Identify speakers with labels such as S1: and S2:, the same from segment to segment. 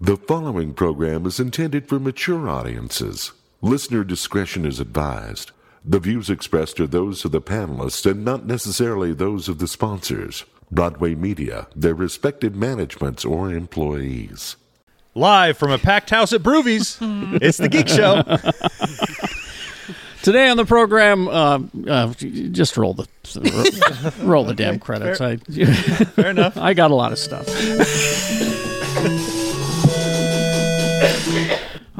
S1: The following program is intended for mature audiences. Listener discretion is advised. The views expressed are those of the panelists and not necessarily those of the sponsors, Broadway Media, their respective managements, or employees.
S2: Live from a packed house at Broovies, it's the Geek Show.
S3: Today on the program, uh, uh, just roll the roll the damn credits. I,
S2: Fair enough.
S3: I got a lot of stuff.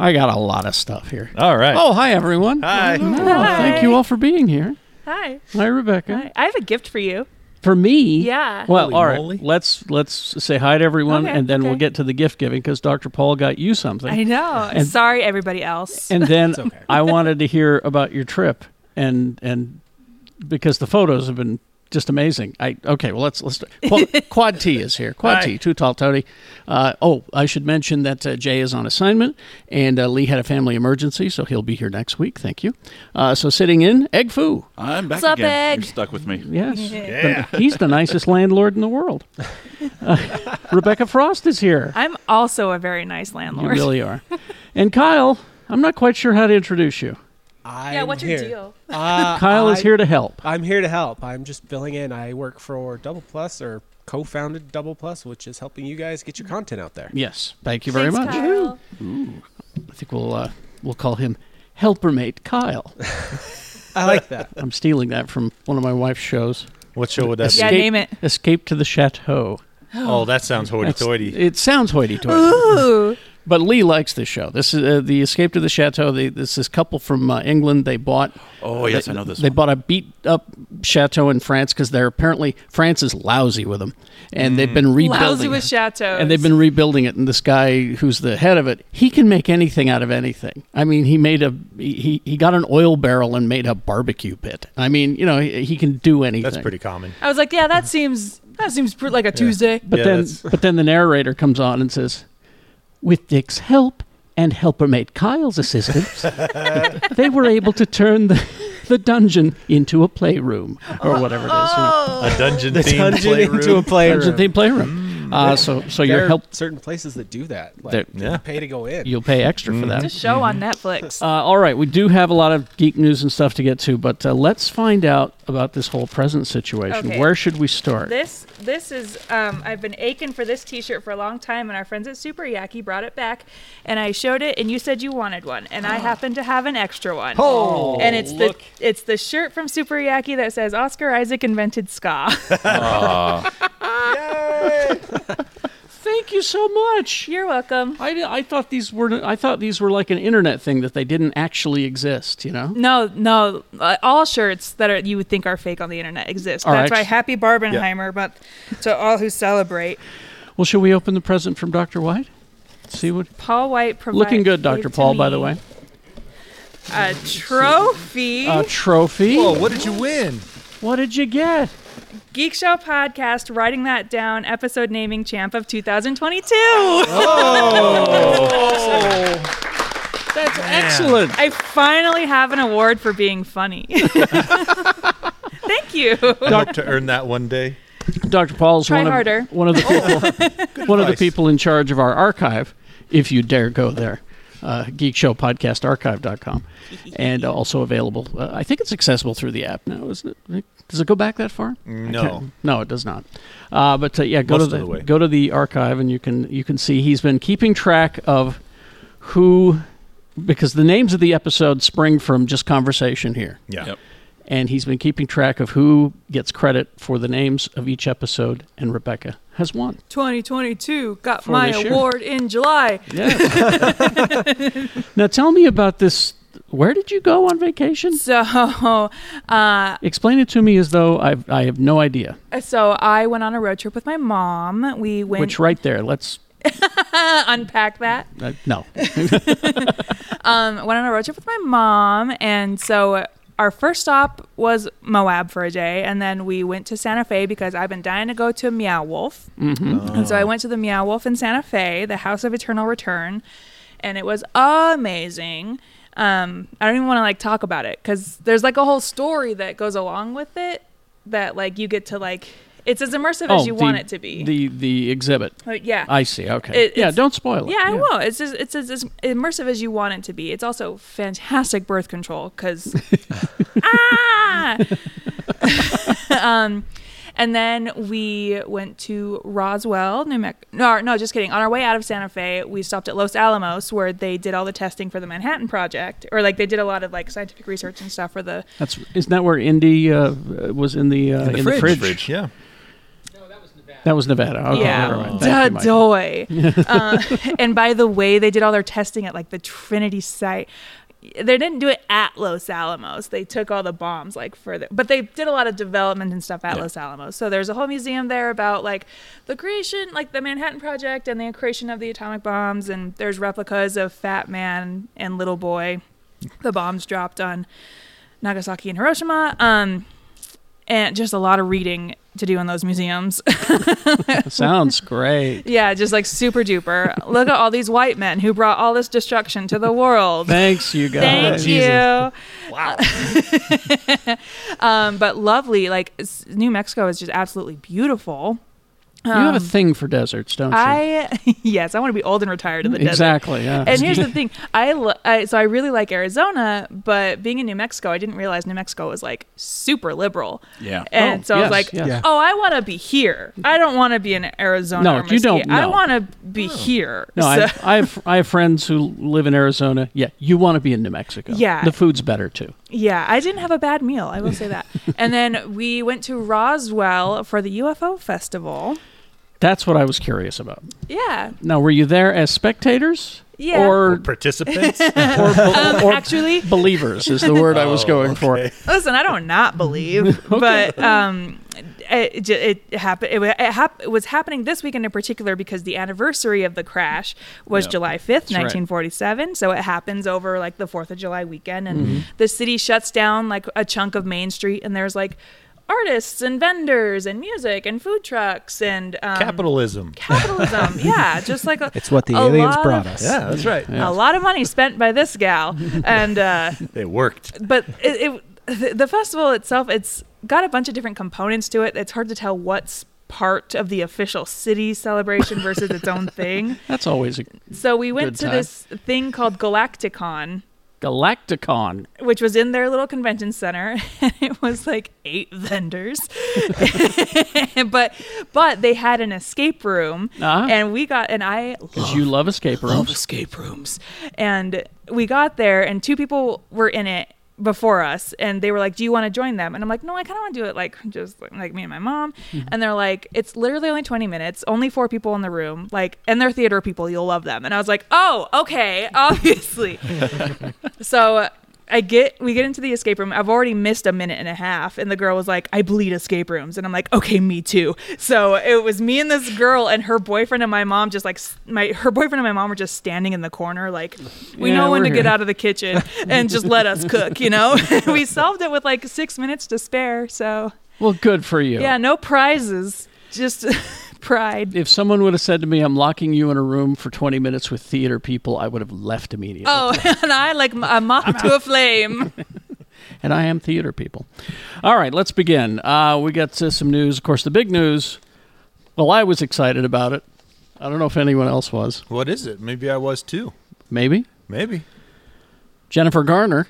S3: I got a lot of stuff here.
S2: All right.
S3: Oh, hi everyone.
S2: Hi.
S3: Oh, Thank you all for being here.
S4: Hi.
S3: Hi, Rebecca.
S4: Hi. I have a gift for you.
S3: For me,
S4: Yeah.
S3: Well,
S2: Holy
S3: all right.
S2: moly.
S3: Let's let's say hi to everyone,
S4: Okay,
S3: and then we'll
S4: okay.
S3: get to the gift giving because Dr. Paul got you something.
S4: I know.
S3: And-
S4: Sorry, everybody else.
S3: and then I wanted to hear about your trip and and because the photos have been just amazing. I okay, well let's let's quad, quad T is here. Quad
S2: Hi.
S3: T, too tall Tony. Uh, oh, I should mention that uh, Jay is on assignment and uh, Lee had a family emergency, so he'll be here next week. Thank you. Uh, so sitting in, Egg Foo.
S5: I'm back
S4: What's up,
S5: again.
S4: Egg?
S5: You're stuck with me.
S3: Yes, The- he's the nicest landlord in the world. Uh, Rebecca Frost is here.
S4: I'm also a very nice
S3: You
S4: landlord.
S3: really are. And Kyle, I'm not quite sure how to introduce you.
S6: i
S4: yeah, what's your deal?
S3: Kyle is here to help.
S6: Uh, I'm here to help. I'm just filling in. I work for Double Plus or co-founded Double Plus, which is helping you guys get your content out there.
S3: Yes, thank you very
S4: Thanks,
S3: much.
S4: Kyle.
S3: I think we'll uh, we'll call him helpermate Kyle.
S6: I like that.
S3: I'm stealing that from one of my wife's shows.
S2: What show would that
S4: Yeah, name it.
S3: Escape to the Chateau.
S2: Oh, that sounds
S3: That's-
S2: hoity-toity.
S3: It sounds hoity-toity,
S4: Ooh.
S3: but Lee likes this show. This is uh, the Escape to the Chateau. They, this is couple from uh, England. They bought.
S5: Oh, yes, I know this
S3: They
S5: one.
S3: bought a beat up chateau in France because they're apparently France is lousy with them, and they've been rebuilding.
S4: Lousy with
S3: it.
S4: chateaus.
S3: And they've been rebuilding it, and this guy who's the head of it, he can make anything out of anything. I mean, he made a he- he he got an oil barrel and made a barbecue pit. I mean, you know, he, he can do anything.
S2: That's pretty common.
S4: I was like, yeah, that seems that seems pr- like a Tuesday.
S3: But
S2: Yeah,
S3: then
S2: that's-
S3: but then the narrator comes on and says, with Dick's help and helpermate Kyle's assistance, they were able to turn the the dungeon into a playroom or whatever it is. you
S4: Oh,
S3: know.
S2: A dungeon
S6: The
S2: themed
S6: dungeon
S2: playroom.
S6: into a playroom.
S3: Dungeon themed
S2: Mm.
S3: playroom. Uh, so so
S6: there
S3: your
S6: are
S3: help
S6: certain places that do that.
S3: There-
S6: Like
S2: Yeah.
S6: you pay to go in.
S3: you'll pay extra for that.
S4: It's a show on Netflix.
S3: Uh, all right, we do have a lot of geek news and stuff to get to, but uh, let's find out about this whole present situation.
S4: Okay.
S3: Where should we start?
S4: This this is um, I've been aching for this T-shirt for a long time, and our friends at Super Yaki brought it back, and I showed it, and you said you wanted one, and I happen to have an extra one. Oh, and it's
S5: look.
S4: the it's the shirt from Super Yaki that says Oscar Isaac invented ska.
S3: Thank you so much.
S4: You're welcome.
S3: I, I thought these were I thought these were like an internet thing that they didn't actually exist. You know.
S4: No, no, uh, all shirts that are you would think are fake on the internet exist.
S3: Are
S4: That's
S3: act-
S4: why Happy Barbenheimer, but to all who celebrate,
S3: Well, should we open the present from Doctor White? See what.
S4: Paul White provides.
S3: Looking good, Doctor Paul. By the way,
S4: a trophy.
S3: a trophy.
S2: Whoa, Oh, what did you win?
S3: What did you get?
S4: Geek Show podcast, writing that down, episode naming champ of 2022.
S3: Oh. That's excellent.
S4: I finally have an award for being funny. Thank you.
S2: I hope to earn that one day.
S3: Dr. Paul's
S4: Try
S3: one of,
S4: harder.
S3: one of the people one of the
S2: advice.
S3: people in charge of our archive, if you dare go there. Uh, geekshowpodcastarchive.com and also available. Uh, I think it's accessible through the app now, isn't it? Does it go back that far? I
S2: No.
S3: can't- no, it does not. Uh, but uh, yeah, go
S2: Most
S3: to
S2: of the way.
S3: go to the archive and you can you can see he's been keeping track of who because the names of the episodes spring from just conversation here
S2: Yeah.
S5: Yep.
S3: and he's been keeping track of who gets credit for the names of each episode, and Rebecca has won.
S4: 2022 got
S3: For my this year. award
S4: in July.
S3: Yeah. now tell me about this. Where did you go on vacation?
S4: So, uh,
S3: Explain it to me as though I've, I have no idea.
S4: so I went on a road trip with my mom. We went
S3: Which right there, let's
S4: unpack that.
S3: uh, no.
S4: um, went on a road trip with my mom, and so our first stop was Moab for a day, and then we went to Santa Fe because I've been dying to go to Meow Wolf,
S3: Mm-hmm.
S4: and so I went to the Meow Wolf in Santa Fe, the House of Eternal Return, and it was amazing. Um, I don't even want to like talk about it because there's like a whole story that goes along with it that like you get to like It's as immersive as you
S3: Oh, the,
S4: want it to be.
S3: The the exhibit.
S4: But yeah.
S3: I see. Okay.
S4: It-
S3: yeah,
S4: it's-
S3: don't spoil it.
S4: yeah, I won't. It's as, it's as, as immersive as you want it to be. It's also fantastic birth control because ah. um, and then we went to Roswell, New Mexico. No, no, just kidding. On our way out of Santa Fe, we stopped at Los Alamos where they did all the testing for the Manhattan Project, or like they did a lot of like scientific research and stuff for the.
S3: That's isn't that where Indy uh, was in the uh, in, the, fridge.
S2: Yeah.
S3: That was Nevada. Okay,
S4: yeah,
S3: never mind. Thank
S4: duh,
S3: you, Michael.
S4: doy. Uh, and by the way, they did all their testing at like the Trinity site. They didn't do it at Los Alamos. They took all the bombs like further, but they did a lot of development and stuff at Los Alamos. So there's a whole museum there about like the creation, like the Manhattan Project and the creation of the atomic bombs. And there's replicas of Fat Man and Little Boy, the bombs dropped on Nagasaki and Hiroshima. Um, and just a lot of reading to do in those museums.
S3: Sounds great.
S4: Yeah, just like super duper. Look at all these white men who brought all this destruction to the world.
S3: Thanks, you Oh, guys.
S4: Thank you.
S6: Jesus.
S4: Wow. um, but lovely. Like s- New Mexico is just absolutely beautiful.
S3: You have a thing for deserts, don't you?
S4: Um, I yes, I want to be old and retired in the desert.
S3: exactly. Yeah.
S4: And here's the thing, I, lo- I so I really like Arizona, but being in New Mexico, I didn't realize New Mexico was like super liberal.
S2: Yeah.
S4: And
S3: Oh,
S4: so I was
S3: yes,
S4: like,
S3: yes.
S6: Yeah.
S4: oh, I want to be here. I don't want to be in Arizona.
S3: No,
S4: or
S3: you don't-
S4: Mesquite. I
S3: no.
S4: want to be here.
S3: no,
S4: So-
S3: I, I have I have friends who live in Arizona. Yeah, you want to be in New Mexico.
S4: Yeah.
S3: the food's better too.
S4: Yeah, I didn't have a bad meal. I will say that. and then we went to Roswell for the UFO festival.
S3: That's what I was curious about.
S4: Yeah,
S3: Now, were you there as spectators?
S4: Yeah. Um,
S3: Or
S2: Participants.
S3: or, or
S4: actually,
S3: believers is the word I
S4: Oh,
S3: was going for.
S4: listen, I don't not believe, but um, it ju- it happened. It, wa- it, hap- it was happening this weekend in particular because the anniversary of the crash was July fifth,
S3: right.
S4: nineteen forty-seven. So it happens over like the Fourth of July weekend, and the city shuts down like a chunk of Main Street, and there's like artists and vendors and music and food trucks and um,
S2: Capitalism.
S4: capitalism. yeah, just like a,
S6: It's what the
S4: a
S6: aliens
S4: lot
S6: brought
S4: of-
S6: us.
S2: Yeah, that's right.
S4: A lot of money spent by this gal, and uh,
S2: They worked.
S4: but it, it the- the festival itself, it's got a bunch of different components to it. It's hard to tell what's part of the official city celebration versus its own thing.
S3: That's always a
S4: So we went
S3: Good
S4: to
S3: time.
S4: this thing called Galacticon.
S3: galacticon.
S4: Which was in their little convention center, and it was like eight vendors, but but they had an escape room,
S3: Ah.
S4: and we got and I
S3: Because you love escape
S4: love
S3: rooms.
S4: escape rooms. And we got there, and two people were in it before us, and they were like, "Do you want to join them?" And I'm like, "No, I kind of want to do it like just like me and my mom." And they're like, "It's literally only 20 minutes, only four people in the room, like, and they're theater people. You'll love them." And I was like, "Oh, okay, obviously." so. I get we get into the escape room. I've already missed a minute and a half, and the girl was like, "I bleed escape rooms," and I'm like, "Okay, me too." So it was me and this girl and her boyfriend and my mom just like s- my her boyfriend and my mom were just standing in the corner like we
S3: Yeah,
S4: know when
S3: we're
S4: to get
S3: here.
S4: out of the kitchen and just let us cook, you know. we solved it with like six minutes to spare, so
S3: Well, good for you.
S4: yeah, no prizes, just pride.
S3: If someone would have said to me, "I'm locking you in a room for 20 minutes with theater people," I would have left immediately.
S4: Oh, and I like m- a moth to a flame.
S3: and I am theater people. All right, let's begin. Uh, we got uh, some news. Of course, the big news. Well, I was excited about it. I don't know if anyone else was.
S2: What is it? Maybe I was too.
S3: Maybe
S2: Maybe.
S3: Jennifer Garner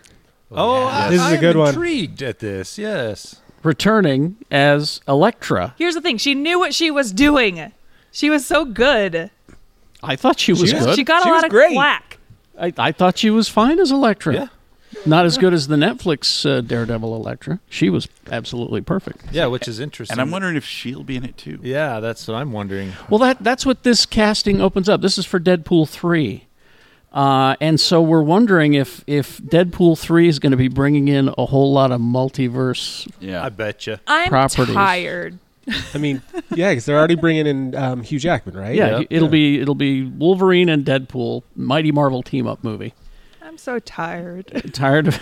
S2: Oh, I,
S6: This is
S2: I
S6: a
S2: am
S6: good one.
S2: Intrigued at this. Yes.
S3: returning as Electra.
S4: Here's the thing: she knew what she was doing. She was so good.
S3: I thought she was
S2: was-
S3: good.
S4: She got
S2: She
S4: a
S2: was
S4: lot of
S2: great.
S4: flack.
S3: I, I thought she was fine as Electra.
S2: Yeah.
S3: Not as good as the Netflix uh, Daredevil Electra. She was absolutely perfect.
S2: Yeah, which is interesting.
S5: And I'm wondering if she'll be in it too.
S2: Yeah, that's what I'm wondering.
S3: Well, that that's what this casting opens up. This is for Deadpool three, uh, and so we're wondering if if Deadpool three is going to be bringing in a whole lot of multiverse.
S5: Yeah.
S2: I betcha.
S4: I'm
S3: Properties.
S4: tired.
S6: I mean, yeah, because they're already bringing in um, Hugh Jackman, right?
S3: Yeah,
S2: Yeah,
S3: it'll be it'll be Wolverine and Deadpool, Mighty Marvel team up movie.
S4: I'm so tired.
S3: Tired of.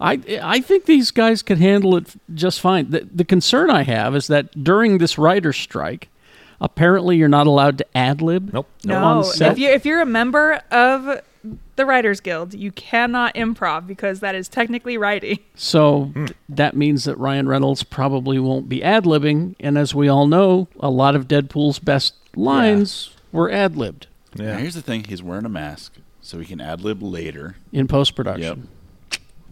S3: I, I think these guys could handle it just fine. The, the concern I have is that during this writer strike, apparently you're not allowed to ad lib.
S2: Nope.
S4: No,
S3: On set.
S4: if you if you're a member of the Writers Guild. You cannot improv because that is technically writing.
S3: So
S5: Hmm.
S3: th- that means that Ryan Reynolds probably won't be ad libbing. And as we all know, a lot of Deadpool's best lines were ad libbed
S5: Now,
S2: Yeah.
S5: here's the thing: he's wearing a mask, so he can ad lib later.
S3: in post production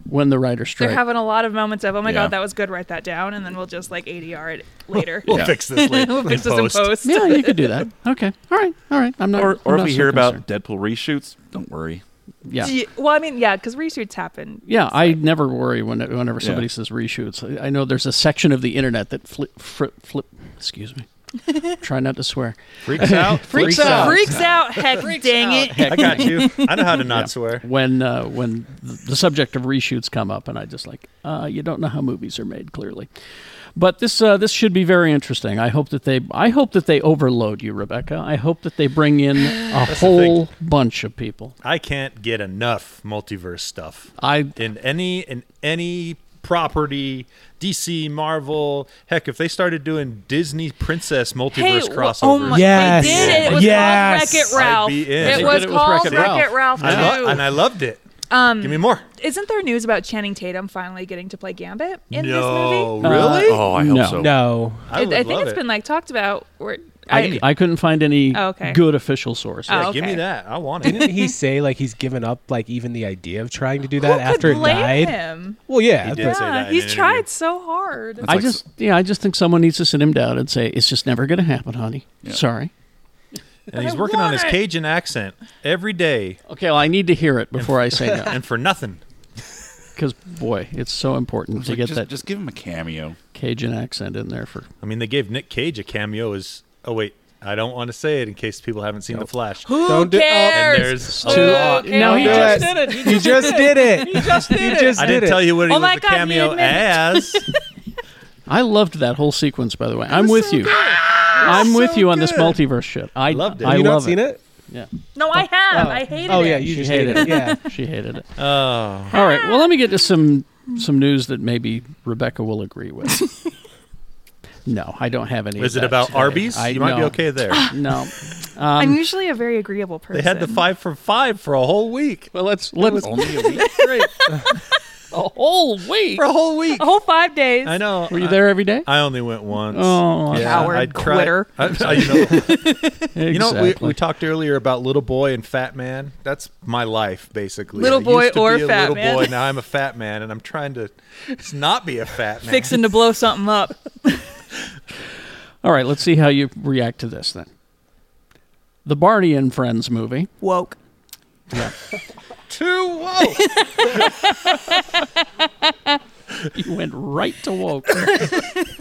S3: when the writer
S4: They're
S3: strike.
S4: having a lot of moments of, oh my
S5: Yeah.
S4: god, that was good. Write that down, and then we'll just like ADR it later.
S5: We'll
S2: We'll
S5: Yeah.
S2: fix this later.
S4: we'll fix this in post.
S3: yeah, you could do that. Okay. All right. All right. I'm not.
S5: Or,
S3: I'm
S5: or
S3: not
S5: if we
S3: so
S5: hear
S3: concerned.
S5: about Deadpool reshoots, don't worry.
S3: Yeah.
S4: Do you- well, I mean, yeah, because reshoots happen.
S3: Yeah, I never worry when whenever somebody
S5: Yeah.
S3: says reshoots. I, I know there's a section of the internet that flip, flip, flip excuse me. Try not to swear.
S2: Freaks out.
S3: Freaks out.
S4: Freaks out. Heck, dang it.
S2: I got you. I know how to not swear.
S3: When uh, when th- the subject of reshoots come up, and I just like, uh, you don't know how movies are made, clearly. But this uh, this should be very interesting. I hope that they I hope that they overload you, Rebecca. I hope that they bring in a whole bunch of people.
S2: I can't get enough multiverse stuff.
S3: I
S2: in any in any property, DC, Marvel. Heck, if they started doing Disney princess multiverse
S4: wh-
S2: crossovers,
S4: oh my,
S6: Yes.
S4: they did it. It was
S6: Yes.
S4: called Wreck It Ralph.
S2: I'd be in. They
S4: It
S2: did
S4: was
S3: it with
S4: called
S3: Wreck-It
S4: Wreck It Ralph
S2: I lo- and
S4: too.
S2: I loved it. Um, Give me more.
S4: Isn't there news about Channing Tatum finally getting to play Gambit in this
S2: no,
S4: movie?
S2: really?
S5: Oh, I hope
S3: no.
S5: so.
S6: No.
S2: I, would
S4: I, think
S2: love
S4: it's
S2: it.
S4: been like talked about. Where,
S3: I, I couldn't find any
S4: Oh, okay.
S3: good official source.
S4: Oh,
S2: Yeah, give me
S4: okay.
S2: that. I want it.
S6: Didn't he say like he's given up like even the idea of trying to do
S4: who
S6: that after
S4: could
S6: it
S4: blame
S6: died?
S4: him?
S6: Well, yeah.
S2: did.
S6: but-
S2: say that
S4: Yeah,
S2: in
S4: he's
S2: an interview.
S4: tried so hard.
S3: I
S5: like
S3: just yeah, I just think someone needs to sit him down and say it's just never going to happen, honey.
S5: Yeah.
S3: Sorry.
S2: And he's
S4: I
S2: working on
S4: want
S2: his
S4: it.
S2: Cajun accent every day,
S3: Okay, well, I need to hear it before I say no
S2: and for nothing.
S3: because boy, it's so important
S5: It's
S3: to
S5: like,
S3: get
S5: just,
S3: that
S5: just give him a cameo.
S3: Cajun accent in there for.
S2: I mean, they gave Nick Cage a cameo as. Oh wait, I don't want to say it in case people haven't seen The Flash.
S4: Who
S6: Don't do- oh,
S4: cares?
S2: and there's
S4: Who
S2: too-
S4: cares?
S3: No, he
S4: Don't
S6: just
S4: do
S6: did
S4: it.
S6: You just did it.
S4: He just did
S6: You
S4: it.
S6: just
S2: I
S6: did
S2: didn't
S6: it.
S2: tell you what he
S4: Oh
S2: was
S4: my
S2: a
S4: God, he
S2: cameo
S4: admitted it.
S2: as.
S3: I loved that whole sequence, by the way. I'm with you. I'm with you on this multiverse shit. I
S2: Loved it.
S3: I
S6: Have you
S3: love
S6: not seen it?
S3: Yeah,
S4: No, I have. I hated
S6: Oh
S4: it.
S6: yeah, you
S3: She
S6: just
S3: hated
S6: hated it.
S3: it.
S6: Yeah.
S3: she hated it.
S2: Oh.
S3: All right, well, let me get to some some news that maybe Rebecca will agree with. no, I don't have any. of
S2: Is it
S3: that
S2: about
S3: today.
S2: Arby's?
S3: I,
S2: you might be
S3: no.
S2: okay there.
S3: No.
S4: I'm usually a very agreeable person.
S2: They had the five for five for a whole week.
S3: Well, let's let's
S5: Only a week.
S3: great. a whole week.
S2: For a whole week.
S4: a whole five days.
S2: I know.
S3: Were you there every day?
S2: I, I only went once.
S3: Oh,
S4: Coward
S2: I'd try-
S4: quitter.
S2: I- I- you know,
S3: exactly.
S2: you know, we, we talked earlier about little boy and fat man. That's my life, basically.
S4: Little
S2: I
S4: boy
S2: used to
S4: or
S2: be a
S4: fat
S2: little
S4: man.
S2: boy. Now I'm a fat man, and I'm trying to s- not be a fat man.
S4: Fixing to blow something up.
S3: All right, let's see how you react to this then. The Barney and Friends movie.
S4: Woke.
S2: Too woke.
S3: You went right to woke.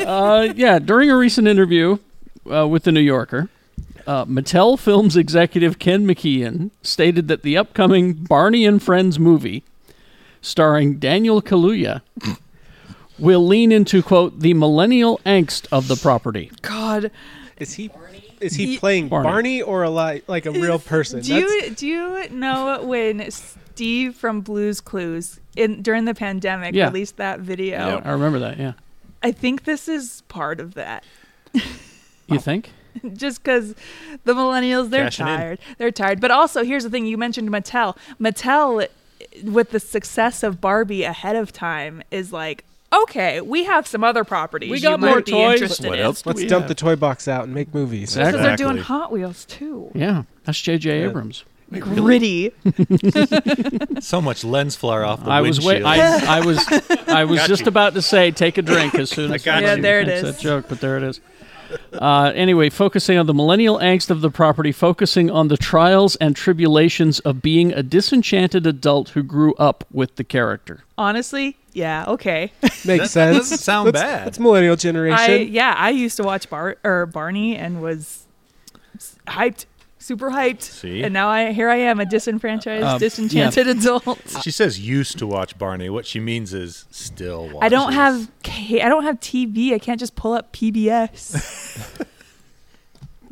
S3: uh, yeah, during a recent interview uh, with The New Yorker, uh, Mattel Films executive Ken McKeon stated that the upcoming Barney and Friends movie, starring Daniel Kaluuya, will lean into, quote, the millennial angst of the property.
S4: God.
S6: Is he is he
S4: Ye-
S6: playing
S3: Barney.
S6: Barney, or a li- like a real person?
S4: Do you do you know when Steve from Blues Clues in during the pandemic
S3: Yeah.
S4: released that video?
S5: Yep.
S3: I remember that, yeah.
S4: I think this is part of that.
S3: You think?
S4: Just because the millennials, they're
S2: Cashing in.
S4: tired. They're tired. But also, here's the thing: you mentioned Mattel. Mattel, with the success of Barbie ahead of time, is like, okay, we have some other properties.
S3: We got
S4: you
S3: more
S4: might be
S3: toys.
S4: Interested
S5: What
S4: in.
S5: else?
S6: Let's
S3: we
S6: dump
S3: have-
S6: the toy box out and make movies.
S3: Exactly.
S4: Because they're doing
S5: Exactly.
S4: Hot Wheels too.
S3: Yeah, that's J.J. Abrams.
S4: Gritty.
S2: so much lens flare off the
S3: I was
S2: windshield.
S3: wait, I, I was I was just about to say take a drink as soon as
S2: got
S4: Yeah,
S3: she
S4: there it
S3: makes
S4: is.
S3: that joke, but there it is. Uh, anyway, focusing on the millennial angst of the property, focusing on the trials and tribulations of being a disenchanted adult who grew up with the character.
S4: Honestly, yeah, okay.
S6: Makes
S2: That
S6: sense.
S2: doesn't sound
S6: That's-
S2: bad.
S6: That's millennial
S4: I
S6: generation.
S4: yeah, I used to watch Bar or Barney and was s- hyped, super hyped.
S2: See?
S4: And now I here I am, a disenfranchised,
S3: Um,
S4: disenchanted adult.
S2: she says used to watch Barney. What she means is still watches.
S4: I don't have ca- I don't have TV. I can't just pull up PBS.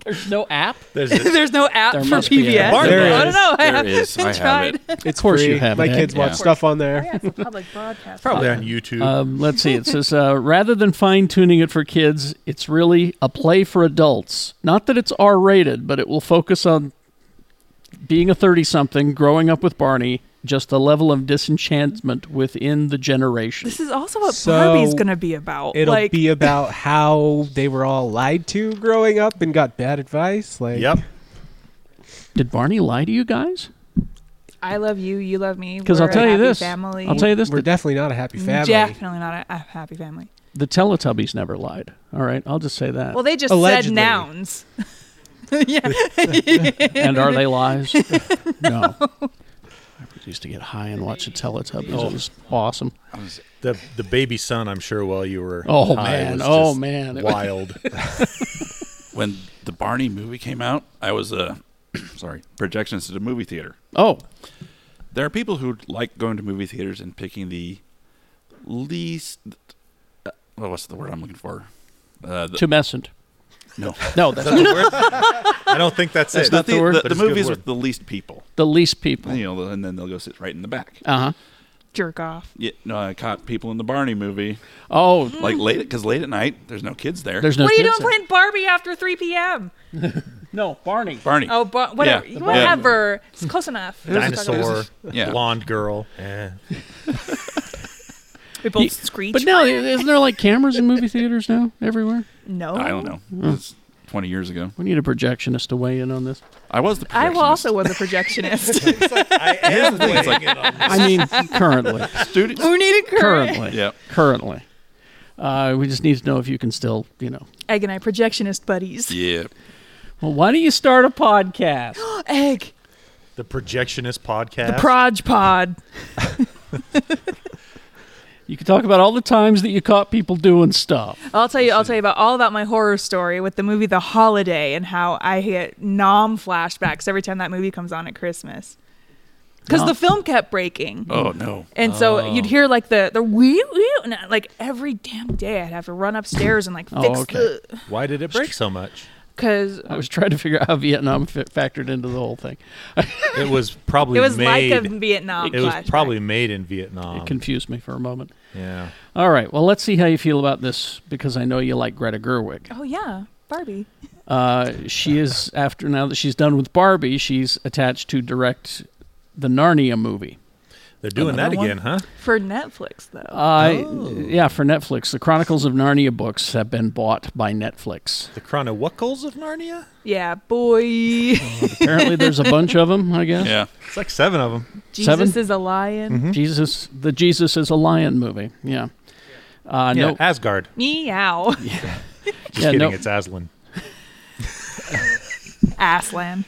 S3: There's no app.
S2: There's a-
S4: There's no app
S3: There
S4: for
S3: must be
S4: PBS.
S3: an app.
S4: I
S2: There
S4: don't
S6: is.
S4: know. I
S5: There
S4: haven't
S5: is. I have
S4: tried.
S5: it.
S6: It's
S3: Of course
S6: free.
S3: you have
S6: My
S3: it.
S6: kids
S5: Yeah.
S6: watch stuff on there.
S4: Yeah, it's a public broadcast.
S2: probably on YouTube.
S3: Um, let's see. It says uh, rather than fine tuning it for kids, it's really a play for adults. Not that it's R rated, but it will focus on being a 30 something, growing up with Barney, just the level of disenchantment within the generation.
S4: This is also what
S6: So,
S4: Barbie's going to be about.
S6: It'll
S4: like,
S6: be about how they were all lied to growing up and got bad advice. Like,
S2: Yep.
S3: Did Barney lie to you guys?
S4: I love you, you love me.
S3: Because
S4: we're
S3: I'll
S4: a
S3: tell you
S4: happy
S3: this.
S4: Family.
S3: I'll tell you this.
S6: we're
S3: The,
S6: definitely not a happy family.
S4: Mm, Definitely not a, a happy family.
S3: the Teletubbies never lied. All right. I'll just say that.
S4: Well, they just said
S6: Allegedly.
S4: nouns. yeah.
S3: and are they lies? no. I used to get high and watch the Teletubbies.
S2: Oh.
S3: It was awesome.
S2: The the baby son, I'm sure, while you were
S3: Oh,
S2: high
S3: man.
S2: was
S3: Oh,
S2: just
S3: man. It was-
S2: wild.
S5: When the Barney movie came out, I was uh, sorry, projections to the movie theater.
S3: Oh,
S5: There are people who like going to movie theaters and picking the least. Uh, well, what's the word I'm looking for? Uh, the,
S3: tumescent.
S5: no,
S3: No, that's
S2: That's the word? I don't think that's, it.
S5: the,
S3: not the word,
S5: the,
S2: but
S5: the
S2: it's a good
S5: movies
S2: word.
S5: with the least people.
S3: the least people.
S5: You know, and then they'll go sit right in the back.
S3: Uh huh.
S4: Jerk off.
S5: Yeah, no, I caught people in the Barney movie,
S3: Oh,
S4: Mm.
S5: like late because late at night, there's no kids there.
S3: there's no.
S4: what are you
S3: kids
S4: doing
S3: there.
S4: playing Barbie after 3 p.m.?
S3: No, Barney.
S5: Barney.
S4: Oh, but whatever.
S5: Yeah.
S4: whatever. It's close enough.
S2: Dinosaur,
S5: Yeah.
S2: blonde girl. Eh.
S4: We both screech.
S3: But now, isn't there like cameras in movie theaters now everywhere?
S4: no.
S5: I don't
S4: Mm.
S5: know. It's 20 years ago.
S3: We need a projectionist to weigh in on this.
S5: I was the.
S4: I will
S5: projectionist.
S4: also was a projectionist.
S2: I am
S5: like-
S2: weighing in on this.
S3: I mean, currently,
S5: Students.
S4: we need a current.
S3: currently,
S5: Yeah.
S3: currently. Uh, we just need to know if you can still, you know.
S4: Egg and I projectionist buddies.
S5: Yeah.
S3: Well, why don't you start a podcast?
S4: Egg.
S2: The projectionist podcast.
S4: The Proj Pod.
S3: You can talk about all the times that you caught people doing stuff.
S4: I'll tell you. I'll tell you about all about my horror story with the movie The Holiday and how I get nom flashbacks every time that movie comes on at Christmas because
S3: Nom-
S4: the film kept breaking.
S5: Oh no.
S4: And so you'd hear like the the wee wee and uh, like every damn day I'd have to run upstairs and like
S3: Oh,
S4: fix
S3: okay.
S4: the
S2: Why did it break so much?
S4: because
S3: I was trying to figure out how Vietnam fit factored into the whole thing.
S2: It was probably
S4: it was
S2: made.
S4: like a Vietnam.
S2: it was
S4: flashback.
S2: probably made in Vietnam.
S3: It confused me for a moment.
S2: yeah.
S3: All right. Well, let's see how you feel about this because I know you like Greta Gerwig.
S4: oh yeah Barbie.
S3: Uh, she is after now that she's done with Barbie, she's attached to direct the Narnia movie.
S2: They're doing
S5: Another
S2: that
S5: one?
S2: again, huh?
S4: For Netflix though,
S3: Uh, yeah, for Netflix, the Chronicles of Narnia books have been bought by Netflix.
S2: The Chronicles of Narnia?
S4: yeah, boy,
S3: Apparently, there's a bunch of them. I guess
S5: Yeah.
S2: It's like seven of them.
S4: Jesus
S3: Seven? Mm-hmm.
S4: is a lion.
S3: Jesus, the Jesus is a lion movie. Yeah, uh,
S2: yeah,
S3: no,
S2: Asgard.
S4: Meow,
S2: Just
S3: yeah,
S2: kidding,
S3: no,
S2: it's Aslan.
S4: Aslan.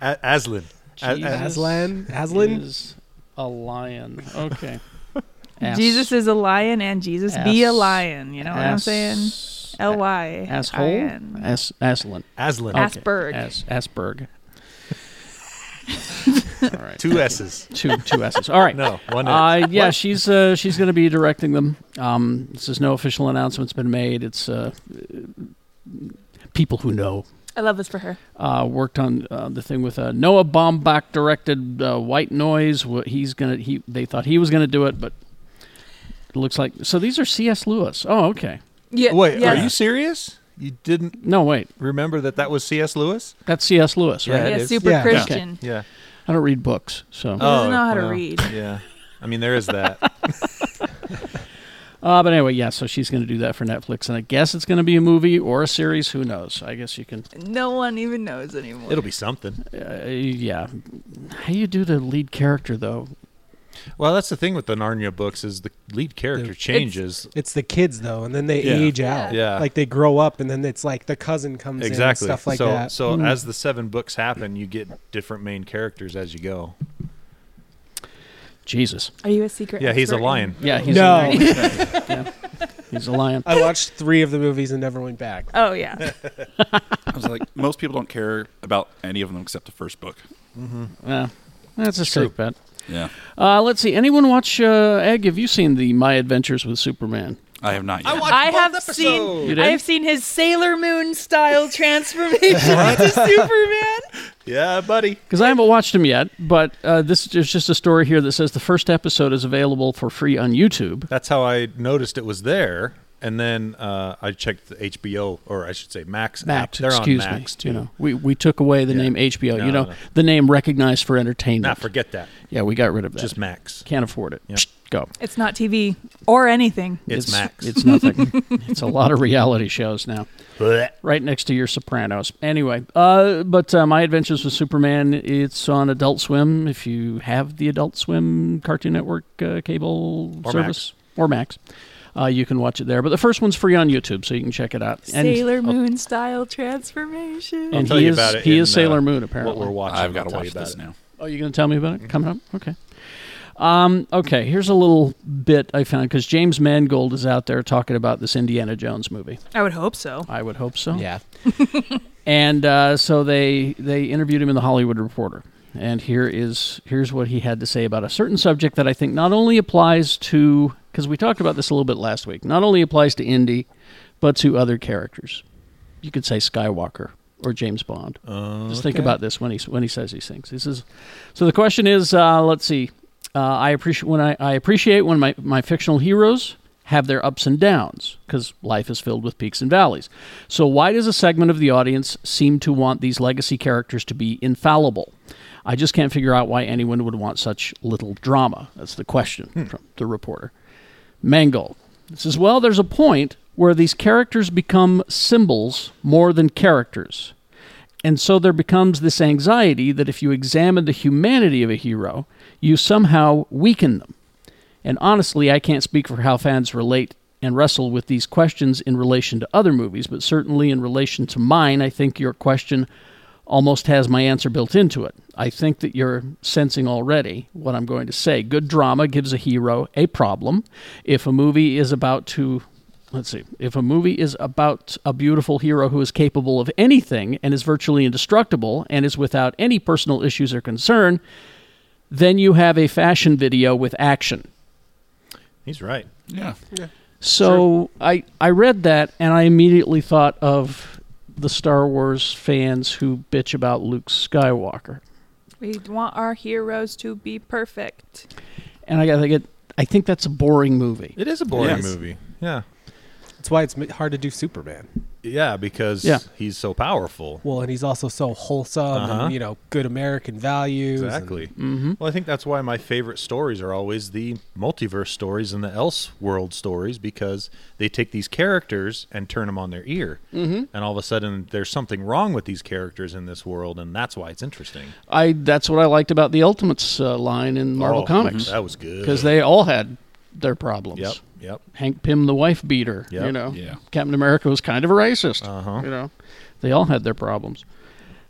S2: A- Aslan. A- a-
S3: Jesus
S6: Aslan, Aslan,
S3: is a lion. Okay, Ass-
S4: Jesus is a lion and Jesus be a
S3: Ass-
S4: lion. You know what I'm saying?
S3: ass-
S4: L Y.
S3: asshole, Ass, Aslan,
S2: Aslan.
S4: As- Asperg.
S3: As, Asperg. All right,
S2: Two S's.
S3: two two s's. All right.
S2: No, one S.
S3: Uh, yeah, she's uh, she's going to be directing them. Um, this is no official announcement's been made. It's uh, people who know
S4: I love this for her.
S3: uh, worked on uh, the thing with uh, Noah Baumbach directed uh, White Noise. Wh- He's gonna he they thought he was gonna do it, but it looks like so these are C.S. Lewis. Oh, okay.
S4: Yeah.
S2: Wait,
S4: yes.
S2: are you serious? You didn't
S3: No, wait,
S2: remember that that was C.S. Lewis?
S3: that's C.S. Lewis, right?
S2: Yeah, it
S4: Yeah,
S2: is.
S4: super
S6: Yeah.
S4: Christian.
S2: Yeah.
S3: I don't read books, so.
S4: He doesn't know how to read.
S2: Oh, Yeah. I mean, there is that.
S3: Uh, but anyway, yeah. So she's going to do that for Netflix, and I guess it's going to be a movie or a series. Who knows? I guess you can.
S4: No one even knows anymore.
S2: It'll be something.
S3: Uh, yeah. How you do the lead character though?
S2: Well, that's the thing with the Narnia books is the lead character changes.
S6: It's the kids though, and then they
S2: Yeah.
S6: age out.
S2: Yeah.
S6: like they grow up, and then it's like the cousin comes in and
S2: Exactly.
S6: stuff like
S2: so,
S6: that.
S2: so as the seven books happen, you get different main characters as you go.
S3: Jesus.
S4: Are you a secret?
S2: Yeah, he's a
S4: expert in-
S2: lion.
S3: Yeah, he's
S6: No.
S3: a lion. Yeah. He's a lion.
S6: I watched three of the movies and never went back.
S4: Oh yeah.
S5: I was like, most people don't care about any of them except the first book.
S3: Yeah. That's a
S2: true.
S3: safe bet.
S5: Yeah.
S3: Uh, let's see. Anyone watch uh, Egg? Have you seen the My Adventures with Superman?
S5: I have not yet.
S4: I have
S3: You
S4: seen
S3: did?
S4: I have seen his Sailor Moon style transformation into Superman.
S2: Yeah, buddy.
S3: Because I haven't watched him yet, but uh, this there's just a story here that says the first episode is available for free on YouTube.
S2: That's how I noticed it was there. And then uh, I checked the HBO, or I should say Max. app.
S3: Max,
S2: They're
S3: excuse
S2: on Max
S3: me.
S2: too.
S3: You know, we, we took away the
S2: Yeah.
S3: name HBO.
S2: No,
S3: you know,
S2: no.
S3: the name recognized for entertainment.
S2: Nah, forget that.
S3: yeah, we got rid of that.
S2: Just Max.
S3: can't afford it.
S2: Yeah.
S3: Psh, Go.
S4: It's not TV or anything.
S2: It's, Max.
S3: It's nothing. it's a lot of reality shows now.
S2: Blech.
S3: Right next to your Sopranos. Anyway, uh, but uh, My Adventures with Superman, it's on Adult Swim. If you have the Adult Swim Cartoon Network uh, cable
S2: Or
S3: service or Max, uh, you can watch it there. But the first one's free on YouTube, so you can check it out.
S4: Sailor Moon style transformation.
S2: I'll
S3: and
S2: tell
S3: he
S2: you
S3: is,
S2: about it
S3: he
S2: in,
S3: is Sailor
S2: uh,
S3: Moon,
S2: What
S3: apparently.
S2: we're watching.
S5: I've got to
S2: I'll tell
S5: watch
S2: you about
S5: this
S2: it.
S5: now.
S3: Oh, you're going to tell me about it coming up? Okay. Um, okay, here's a little bit I found because James Mangold is out there talking about this Indiana Jones movie.
S4: I would hope so.
S3: I would hope so.
S6: Yeah.
S3: And uh, so they they interviewed him in the Hollywood Reporter, and here is here's what he had to say about a certain subject that I think not only applies to because we talked about this a little bit last week, not only applies to Indy, but to other characters. You could say Skywalker or James Bond. Just think about this when he when he says these things. He says, so the question is, uh, let's see. Uh, I appreciate when I, I appreciate when my, my fictional heroes have their ups and downs because life is filled with peaks and valleys. So why does a segment of the audience seem to want these legacy characters to be infallible? I just can't figure out why anyone would want such little drama. That's the question from the reporter. Mangold. It says, well, there's a point where these characters become symbols more than characters. And so there becomes this anxiety that if you examine the humanity of a hero, you somehow weaken them. And honestly, I can't speak for how fans relate and wrestle with these questions in relation to other movies, but certainly in relation to mine, I think your question almost has my answer built into it. I think that you're sensing already what I'm going to say. Good drama gives a hero a problem. If a movie is about to let's see if a movie is about a beautiful hero who is capable of anything and is virtually indestructible and is without any personal issues or concern then you have a fashion video with action
S2: He's right.
S5: Yeah.
S3: so I I read that and I immediately thought of the Star Wars fans who bitch about Luke Skywalker.
S4: We want our heroes to be perfect.
S3: And I gotta get I think that's a boring movie.
S2: It is a boring
S5: Yes.
S2: movie. Yeah.
S6: That's why it's m- hard to do Superman.
S2: Yeah, because
S3: Yeah.
S2: he's so powerful.
S6: Well, and he's also so wholesome
S2: Uh-huh.
S6: and, you know, good American values. and-
S2: Exactly. Well, I think that's why my favorite stories are always the multiverse stories and the else world stories because they take these characters and turn them on their ear, mm-hmm. and all of a sudden there's something wrong with these characters in this world, and that's why it's interesting.
S3: I that's what I liked about the Ultimates uh, line in Marvel
S2: Oh,
S3: Comics
S2: That was good.
S3: because they all had their problems.
S2: Yep. Yep.
S3: Hank Pym, the wife beater. You
S2: Yep.
S3: know,
S5: Yeah.
S3: Captain America was kind of a racist.
S2: Uh-huh.
S3: You know, they all had their problems.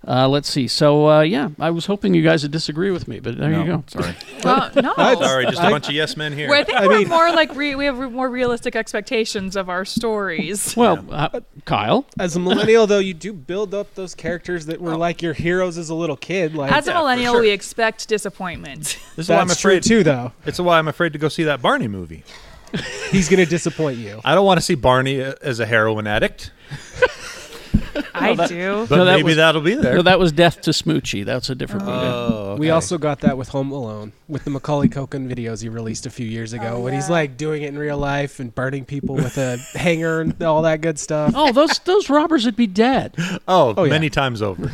S3: Uh, let's see. So uh, yeah, I was hoping you guys would disagree with me, but there
S5: No,
S3: you go.
S5: Oh, Sorry.
S4: Well, no.
S2: Sorry, just a
S6: I-
S2: bunch of yes men here.
S4: Well, I think
S6: I
S4: we're
S6: mean-
S4: more like re- we have more realistic expectations of our stories.
S3: Well, uh, Kyle,
S6: As a millennial, though, you do build up those characters that were like your heroes as a little kid. Like
S4: As a
S2: for
S4: millennial,
S2: sure.
S4: we expect disappointment.
S2: This is why I'm
S6: that's true
S2: afraid.
S6: too, though.
S2: It's why I'm afraid to go see that Barney movie.
S6: He's gonna disappoint you.
S2: I don't want to see Barney uh, as a heroin addict,
S4: I do.
S2: but
S3: No, that
S2: maybe
S3: was-
S2: that'll be there.
S3: No, that was Death to Smoochie. That's a
S2: Uh,
S3: different movie.
S6: We also got that with Home Alone, with the Macaulay Culkin videos he released a few years ago, when he's like doing it in real life and burning people with a hanger and all that good stuff.
S3: Oh, those those robbers would be dead.
S2: oh,
S6: yeah.
S2: many times over.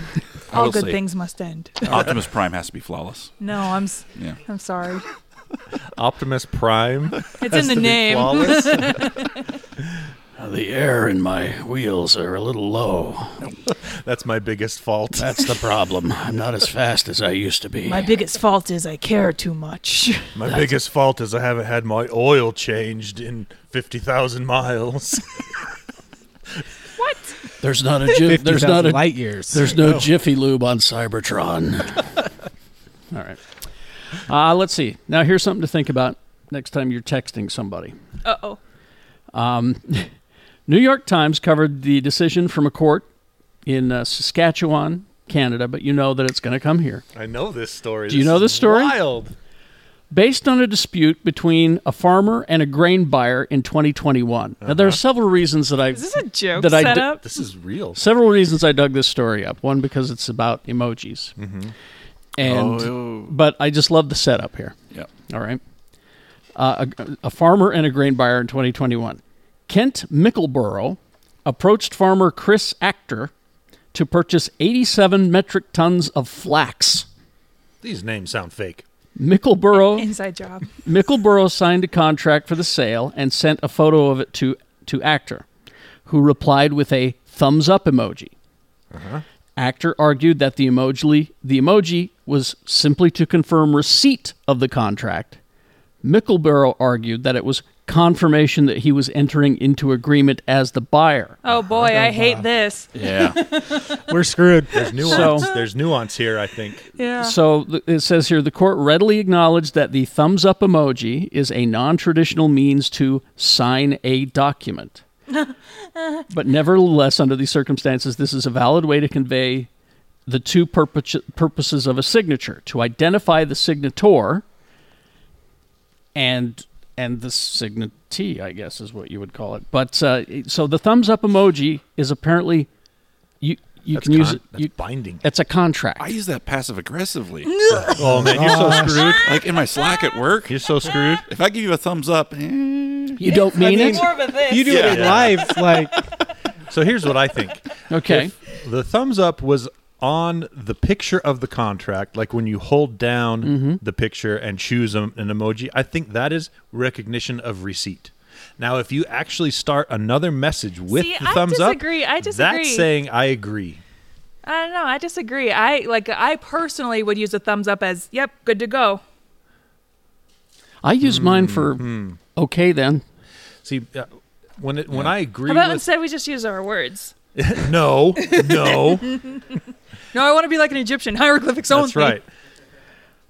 S5: I
S4: All
S5: will
S4: good
S5: say,
S4: things must end.
S5: Optimus Prime has to be flawless.
S4: No, I'm s-
S5: Yeah.
S4: I'm sorry.
S2: Optimus Prime.
S4: It's in the name.
S3: Uh, The air in my wheels are a little low.
S2: That's my biggest fault.
S3: That's the problem. I'm not as fast as I used to be.
S4: My biggest fault is I care too much.
S2: My biggest fault is I haven't had my oil changed in 50,000 miles.
S4: What?
S3: There's not a
S6: Fifty thousand light years.
S3: no Jiffy Lube on Cybertron. All right. Uh, let's see. Now here's something to think about next time you're texting somebody.
S4: Uh oh.
S3: New York Times covered the decision from a court in uh, Saskatchewan, Canada, but you know that it's going to come here.
S2: I know this story.
S3: Do you know
S2: is
S3: this story?
S2: Wild.
S3: based on a dispute between a farmer and a grain buyer in 2021. Now there are several reasons that I
S4: Uh-huh. Is this a joke
S3: Did I
S4: set
S3: d-
S4: up?
S2: This is real.
S3: several reasons I dug this story up. One because it's about emojis,
S4: Mm-hmm.
S3: and
S5: Oh.
S3: but I just love the setup here.
S5: Yeah.
S3: All right, uh, a, a farmer and a grain buyer in 2021. Kent Mickleborough approached farmer Chris Actor to purchase 87 metric tons of flax.
S2: These names sound fake.
S3: Mickleborough
S4: Inside job.
S3: Mickleborough signed a contract for the sale and sent a photo of it to, to Actor, who replied with a thumbs up emoji. Actor argued that the emoji, the emoji was simply to confirm receipt of the contract. Mickleborough argued that it was confirmation that he was entering into agreement as the buyer.
S4: Oh boy, I hate this.
S5: Yeah.
S6: We're screwed.
S2: There's nuance.
S3: So-
S2: There's nuance here, I think.
S4: Yeah.
S3: So th- it says here the court readily acknowledged that the thumbs up emoji is a non traditional means to sign a document. but nevertheless, under these circumstances, this is a valid way to convey the two purpo- purposes of a signature to identify the signator and and the signatee, I guess, is what you would call it. But uh, it- so the thumbs up emoji is apparently you you
S2: That's
S3: can use
S2: con-
S3: it.
S2: that's
S3: You,
S2: binding.
S3: it's a contract.
S5: I use that passive aggressively.
S2: Oh man, you're so
S3: Ah.
S2: screwed.
S5: like in my Slack at work.
S2: You're so screwed.
S5: If I give you a thumbs up, eh,
S3: you don't mean
S6: mean,
S3: it.
S4: More of a this.
S6: You do it in
S2: Yeah. Uh,
S6: life, like
S2: So here's what I think.
S3: Okay.
S2: If the thumbs up was on the picture of the contract, like when you hold down the picture and choose a- an emoji, I think that is recognition of receipt. Now, if you actually start another message with
S4: See,
S2: the
S4: I
S2: thumbs up,
S4: disagree. I disagree.
S2: that's saying I agree.
S4: I don't know. I disagree. I like. I personally would use a thumbs up as "Yep, good to go."
S3: I use mine for okay then.
S2: See, uh, when it, when I agree
S4: How about
S2: with
S4: instead we just use our words?
S2: no, no,
S4: No, I want to be like an Egyptian hieroglyphics only.
S2: that's right.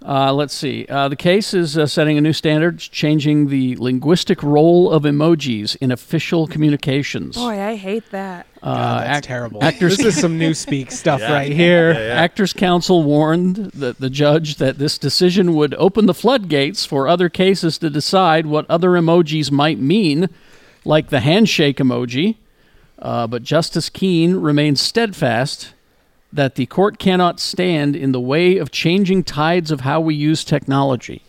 S3: Uh, let's see. Uh, the case is uh, setting a new standard, changing the linguistic role of emojis in official communications.
S4: Boy, I hate that.
S6: God, that's
S3: act-
S6: terrible.
S3: actors-
S6: this is some new speak stuff
S2: Yeah.
S6: right here.
S3: Actors Council warned the, the judge that this decision would open the floodgates for other cases to decide what other emojis might mean, like the handshake emoji. Uh, but Justice Keene remains steadfast that the court cannot stand in the way of changing tides of how we use technology.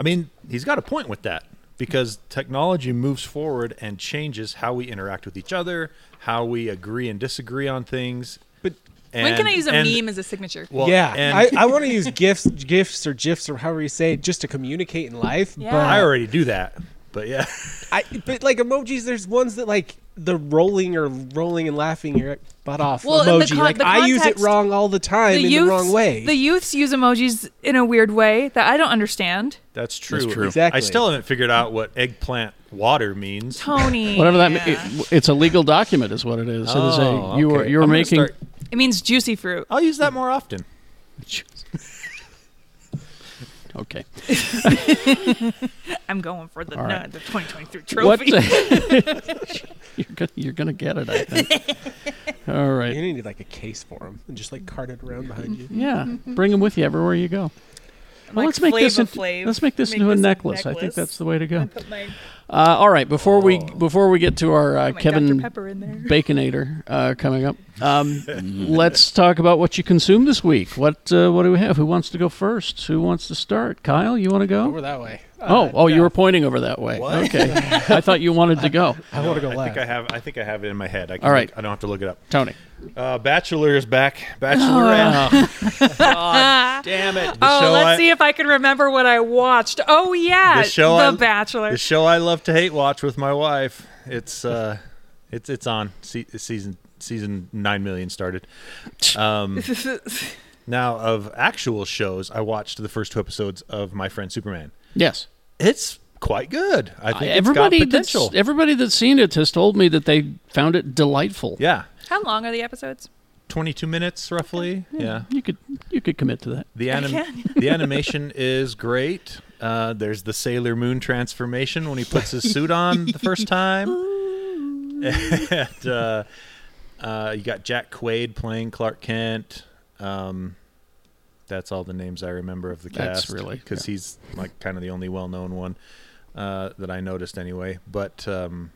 S2: I mean, he's got a point with that because technology moves forward and changes how we interact with each other, how we agree and disagree on things.
S6: But-
S2: and,
S4: when can I use a
S2: and-
S4: meme as a signature?
S2: Well,
S6: yeah,
S2: and
S6: I,
S2: I,
S6: I want to use gifs, gifs or gifs or however you say it, just to communicate in life.
S4: Yeah.
S6: But
S2: already do that, but yeah,
S6: I, but like emojis, there's ones that like the rolling or rolling and laughing your butt off
S4: Well, and the
S6: emoji.
S4: con-
S6: like
S4: the
S6: I use it
S4: context-
S6: wrong all the time in the wrong way.
S4: The youths use emojis in a weird way that I don't understand.
S2: that's true.
S5: true.
S6: Exactly.
S2: I still haven't figured out what eggplant water means.
S4: Tony.
S3: Whatever that
S4: yeah.
S3: means, it, it's a legal document, is what it is. it is
S2: Oh,
S3: a you are
S2: okay.
S3: you're
S2: I'm gonna
S3: making.
S2: start-
S4: It means juicy fruit.
S2: I'll use that more often.
S3: okay.
S4: I'm going for the,
S3: All right.
S4: the 2023
S3: What?
S4: trophy.
S3: you're gonna you're gonna get it. I think. All
S6: you
S3: right.
S6: need like a case for them and just like cart it around behind you.
S2: Mm-hmm.
S3: Yeah. Bring them with you everywhere you go. Well,
S4: Mm-hmm. Like
S3: let's make this
S4: Flava
S3: into,
S4: Flav.
S3: let's make this
S4: Make
S3: into a
S4: this a
S3: necklace. I think
S4: necklace.
S3: that's the way to go.
S4: Put my,
S3: Uh, all right. Before we
S2: Oh.
S3: before we get to our uh,
S4: put Oh my Dr.
S3: Kevin
S4: Pepper in there.
S3: Baconator uh, coming up, um,
S2: Mm.
S3: let's talk about what you consume this week. What uh, what do we have? Who wants to go first? Who wants to start? Kyle, you want to go?
S6: Over that way.
S2: Uh,
S3: Oh, oh, you were pointing over that way. Okay. I thought you wanted to go.
S6: I want to go
S2: I
S6: left.
S2: think I have. I think I have it in my head. I can
S3: All right.
S2: look- I don't have to look it up.
S3: Tony.
S2: Uh, Bachelor is back. Bachelorette. God damn it! The
S4: Oh,
S2: show
S4: let's
S2: I-
S4: see if I can remember what I watched. Oh yeah,
S2: the show
S4: The
S2: I-
S4: Bachelor.
S2: the show I love to hate watch with my wife. It's uh, it's it's on Se- season season nine million started. Um, now of actual shows, I watched the first two episodes of My Friend Superman.
S3: Yes.
S2: It's quite good. I think
S3: Everybody
S2: it's got
S3: that's,
S2: potential.
S3: everybody that's seen it has told me that they found it delightful.
S2: yeah,
S4: How long are the episodes?
S2: twenty two minutes roughly.
S4: Hmm.
S2: Yeah,
S3: You could you could commit to that.
S2: the anim- the animation is great. Uh, there's the Sailor Moon transformation when he puts his suit on the first time. and uh, uh, you got Jack Quaid playing Clark Kent. Um, that's all the names I remember of the
S3: That's
S2: cast.
S3: really-
S2: because he's like kind of the only well-known one uh, that I noticed anyway. But um,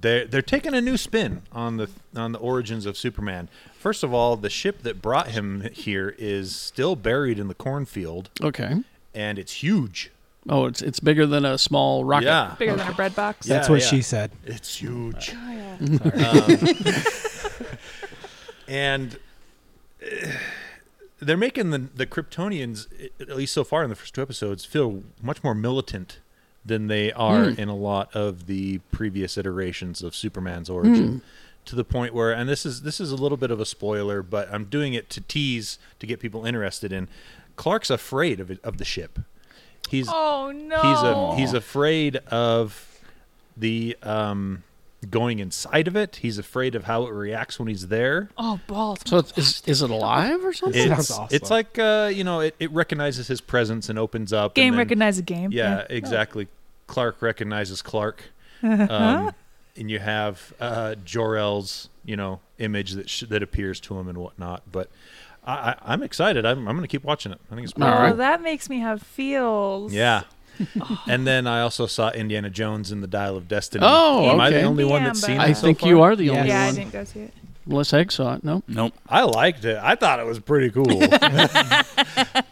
S2: they're they're taking a new spin on the on the origins of Superman. First of all, the ship that brought him here is still buried in the cornfield,
S3: Okay.
S2: and it's huge.
S3: Oh, it's it's bigger than a small rocket.
S2: Yeah.
S4: Bigger than a bread box.
S2: Yeah.
S6: That's what she said.
S2: It's huge.
S4: yeah.
S2: and uh, they're making the the Kryptonians, i- at least so far in the first two episodes, feel much more militant than they are in a lot of the previous iterations of Superman's origin. To the point where, and this is this is a little bit of a spoiler, but I'm doing it to tease to get people interested in. Clark's afraid of it, of the ship. He's
S4: Oh no.
S2: he's a, he's afraid of the um, going inside of it. He's afraid of how it reacts when he's there.
S4: oh balls.
S3: So it's, is is it alive or something?
S6: It-
S2: It's,
S6: sounds awesome.
S2: it's like uh, you know, it, it recognizes his presence and opens up.
S4: game
S2: and then-
S4: recognizes game.
S2: Yeah,
S3: Oh.
S2: exactly. Clark recognizes Clark,
S4: Uh-huh.
S2: um, and you have uh, Jor El's you know image that sh- that appears to him and whatnot. But I, I, I'm excited. I'm, I'm going to keep watching it. I think it's
S4: Oh,
S2: pretty
S3: All right.
S4: that makes me have feels.
S2: yeah. and then I also saw Indiana Jones in the Dial of Destiny.
S3: Oh,
S2: Am I the
S3: okay.
S2: only one
S4: Yeah,
S2: that's
S4: but-
S2: seen it?
S3: I
S2: so
S3: think
S2: far?
S3: you are the only
S4: Yeah, I
S3: one.
S4: didn't go see it.
S2: Mm-hmm.
S3: Unless Egg saw it. No.
S5: Nope.
S2: I liked it. I thought it was pretty cool.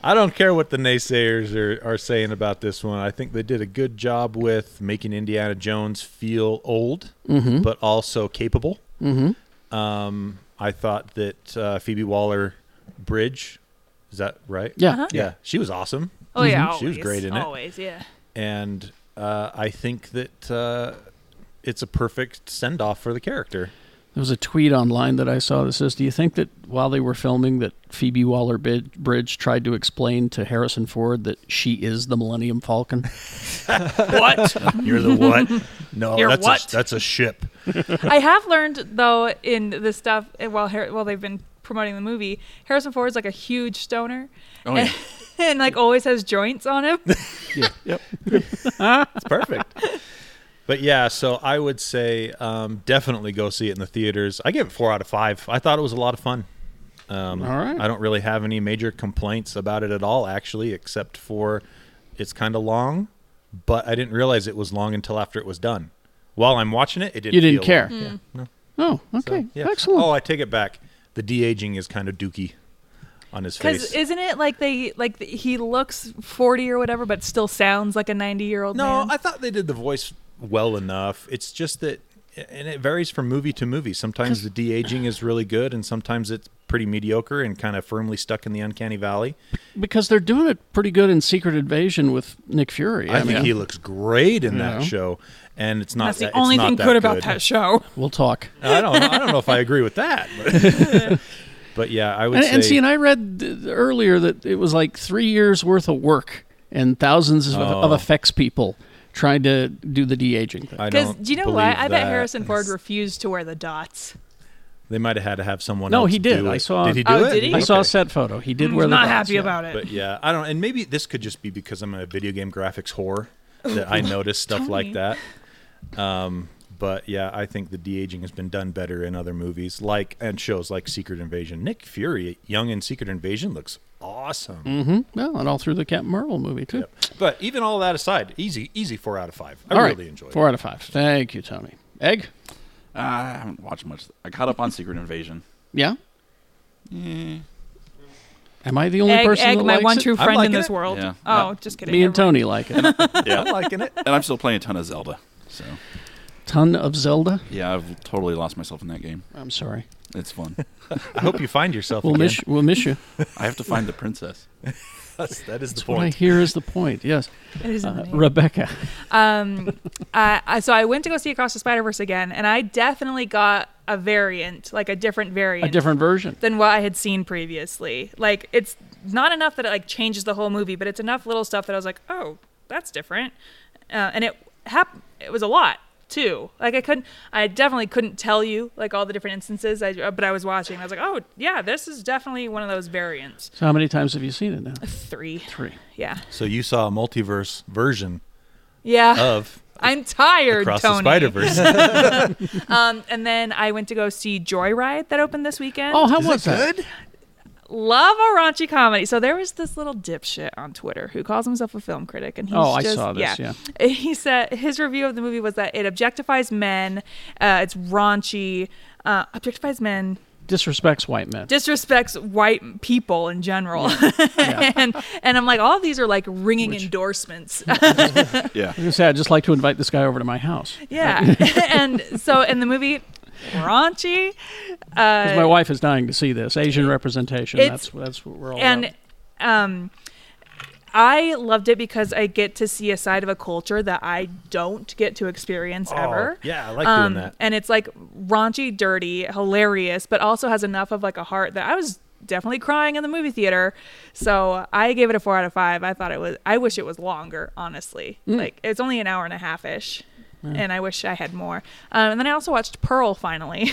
S2: I don't care what the naysayers are, are saying about this one. I think they did a good job with making Indiana Jones feel old, but also capable. Mm-hmm. Um, I thought that uh, Phoebe Waller Bridge, is that right?
S3: Yeah.
S4: Uh-huh.
S2: Yeah. She was awesome.
S4: Oh yeah,
S2: Mhm. She was
S4: always,
S2: great in it.
S4: Always, yeah.
S2: And uh, I think that uh, it's a perfect send off for the character.
S3: There was a tweet online that I saw that says, "Do you think that while they were filming, that Phoebe Waller-Bridge tried to explain to Harrison Ford that she is the Millennium Falcon?"
S2: What? You're the what? No,
S4: You're
S2: that's
S4: what?
S2: A, that's a ship.
S4: I have learned though in this stuff eh, while Har- while they've been promoting the movie, Harrison Ford's like a huge stoner.
S5: Oh, yeah.
S4: and like always has joints on him.
S2: It's perfect. but yeah, so I would say um, definitely go see it in the theaters. I give it four out of five. I thought it was a lot of fun. Um,
S3: All right.
S2: I don't really have any major complaints about it at all, actually, except for it's kind of long. But I didn't realize it was long until after it was done. While I'm watching it, it didn't.
S3: You didn't
S2: feel
S3: care.
S2: long. Yeah. No.
S3: Oh,
S2: So,
S3: okay,
S2: yeah.
S3: excellent.
S2: Oh, I take it back. The de aging is kind of dookie on his face.
S4: Because isn't it like they like th- he looks forty or whatever, but still sounds like a ninety year old
S2: No,
S4: man?
S2: I thought they did the voice well enough. It's just that, and it varies from movie to movie. Sometimes the de aging is really good, and sometimes it's pretty mediocre and kind of firmly stuck in the uncanny valley.
S3: Because they're doing it pretty good in Secret Invasion with Nick Fury.
S2: I think
S3: mean,
S2: he looks great in that
S3: Yeah.
S2: show, and it's not
S4: That's the
S2: that- it's
S4: only
S2: not
S4: thing
S2: that
S4: good about that show.
S3: we'll talk.
S2: I don't, know- I don't know if I agree with that, but, but yeah, I would
S3: And,
S2: say.
S3: and see, and I read th- earlier that it was like three years worth of work and thousands of, of
S2: Oh.
S3: effects people trying to do the de aging thing.
S2: I
S4: Because
S2: don't
S4: do you know
S2: believe
S4: what? I bet
S2: that.
S4: Harrison Ford refused to wear the dots.
S2: They might have had to have someone.
S3: No,
S2: else
S3: he did.
S2: do
S3: I
S2: it.
S3: saw-
S2: Did he do
S4: Oh,
S2: it?
S4: did he?
S3: I saw
S2: Okay.
S3: a set photo. He did
S4: I'm
S3: wear the
S4: Hmm. not
S3: dots,
S4: happy
S3: yeah.
S4: about it.
S2: But yeah, I don't. And maybe this could just be because I'm a video game graphics whore that I notice stuff like that. Um, but yeah, I think the de aging has been done better in other movies, like and shows like Secret Invasion. Nick Fury, young in Secret Invasion, looks awesome.
S3: Well, and all through the Captain Marvel movie too.
S2: Yep. But even all that aside, easy, easy four out of five. I
S3: All right,
S2: really enjoyed
S3: four
S2: it.
S3: out of five. Thank you, Tony. Egg.
S5: Ah, I haven't watched much. I caught up on Secret Invasion.
S3: Yeah. Am I the only
S4: Hmm. egg,
S3: person
S4: egg,
S3: that
S4: my
S3: likes
S4: one
S3: it?
S4: true
S2: I'm
S4: friend in
S2: liking
S4: this
S2: it.
S4: world.
S5: Yeah.
S4: Oh, just kidding.
S3: Me and
S4: never mind.
S3: Tony like it.
S5: Yeah,
S2: I'm liking it.
S5: and I'm still playing a ton of Zelda. So
S3: Ton of Zelda.
S5: yeah, I've totally lost myself in that game.
S3: I'm sorry.
S5: It's fun.
S2: I hope you find yourself.
S3: We'll
S2: again.
S3: miss. We'll miss you.
S5: I have to find the princess.
S2: That's, that is the
S3: What I
S2: point.
S3: hear is the point. Yes,
S4: It is in the
S3: uh,
S4: name.
S3: Rebecca.
S4: um, I, I- so I went to go see Across the Spider Verse again, and I definitely got a variant, like a different
S3: A
S4: variant,
S3: different version.
S4: than what I had seen previously. Like it's not enough that it like changes the whole movie, but it's enough little stuff that I was like, oh, that's different, uh, and it hap- It was a lot too. Like I couldn't, I definitely couldn't tell you like all the different instances. I uh, but I was watching, I was like, oh yeah, this is definitely one of those variants.
S3: So how many times have you seen it now?
S4: Three,
S3: Three.
S4: yeah,
S2: So you saw a multiverse version
S4: yeah.
S2: of
S4: I'm tired,
S2: Oh. Across
S4: Tony.
S2: the Spider Verse.
S3: Oh,
S2: Is
S4: Um, and then I went to go see Joyride that opened this weekend.
S3: Oh, how
S2: it
S3: was that?
S2: good?
S4: Love a raunchy comedy. So there was this little dipshit on Twitter who calls himself a film critic, and he's
S3: Oh, I
S4: just-
S3: saw this,
S4: he said his review of the movie was that it objectifies men, uh, it's raunchy, uh, objectifies men.
S3: disrespects white men.
S4: disrespects white people in general. and and I'm like, all of these are like ringing endorsements.
S5: Yeah.
S3: I say, I'd just like to invite this guy over to my house.
S4: yeah. and so in the movie, raunchy.
S3: Because
S4: Uh,
S3: my wife is dying to see this Asian representation. That's
S4: It's-
S3: that's what we're all
S4: and
S3: about.
S4: um I loved it because I get to see a side of a culture that I don't get to experience ever.
S2: Oh, yeah, I like
S4: um,
S2: doing that.
S4: And it's like raunchy, dirty, hilarious, but also has enough of like a heart that I was definitely crying in the movie theater. So I gave it a four out of five. I thought it was. I wish it was longer, honestly.
S3: Hmm.
S4: Like it's only an hour and a half ish, and I wish I had more. Um, and then I also watched Pearl finally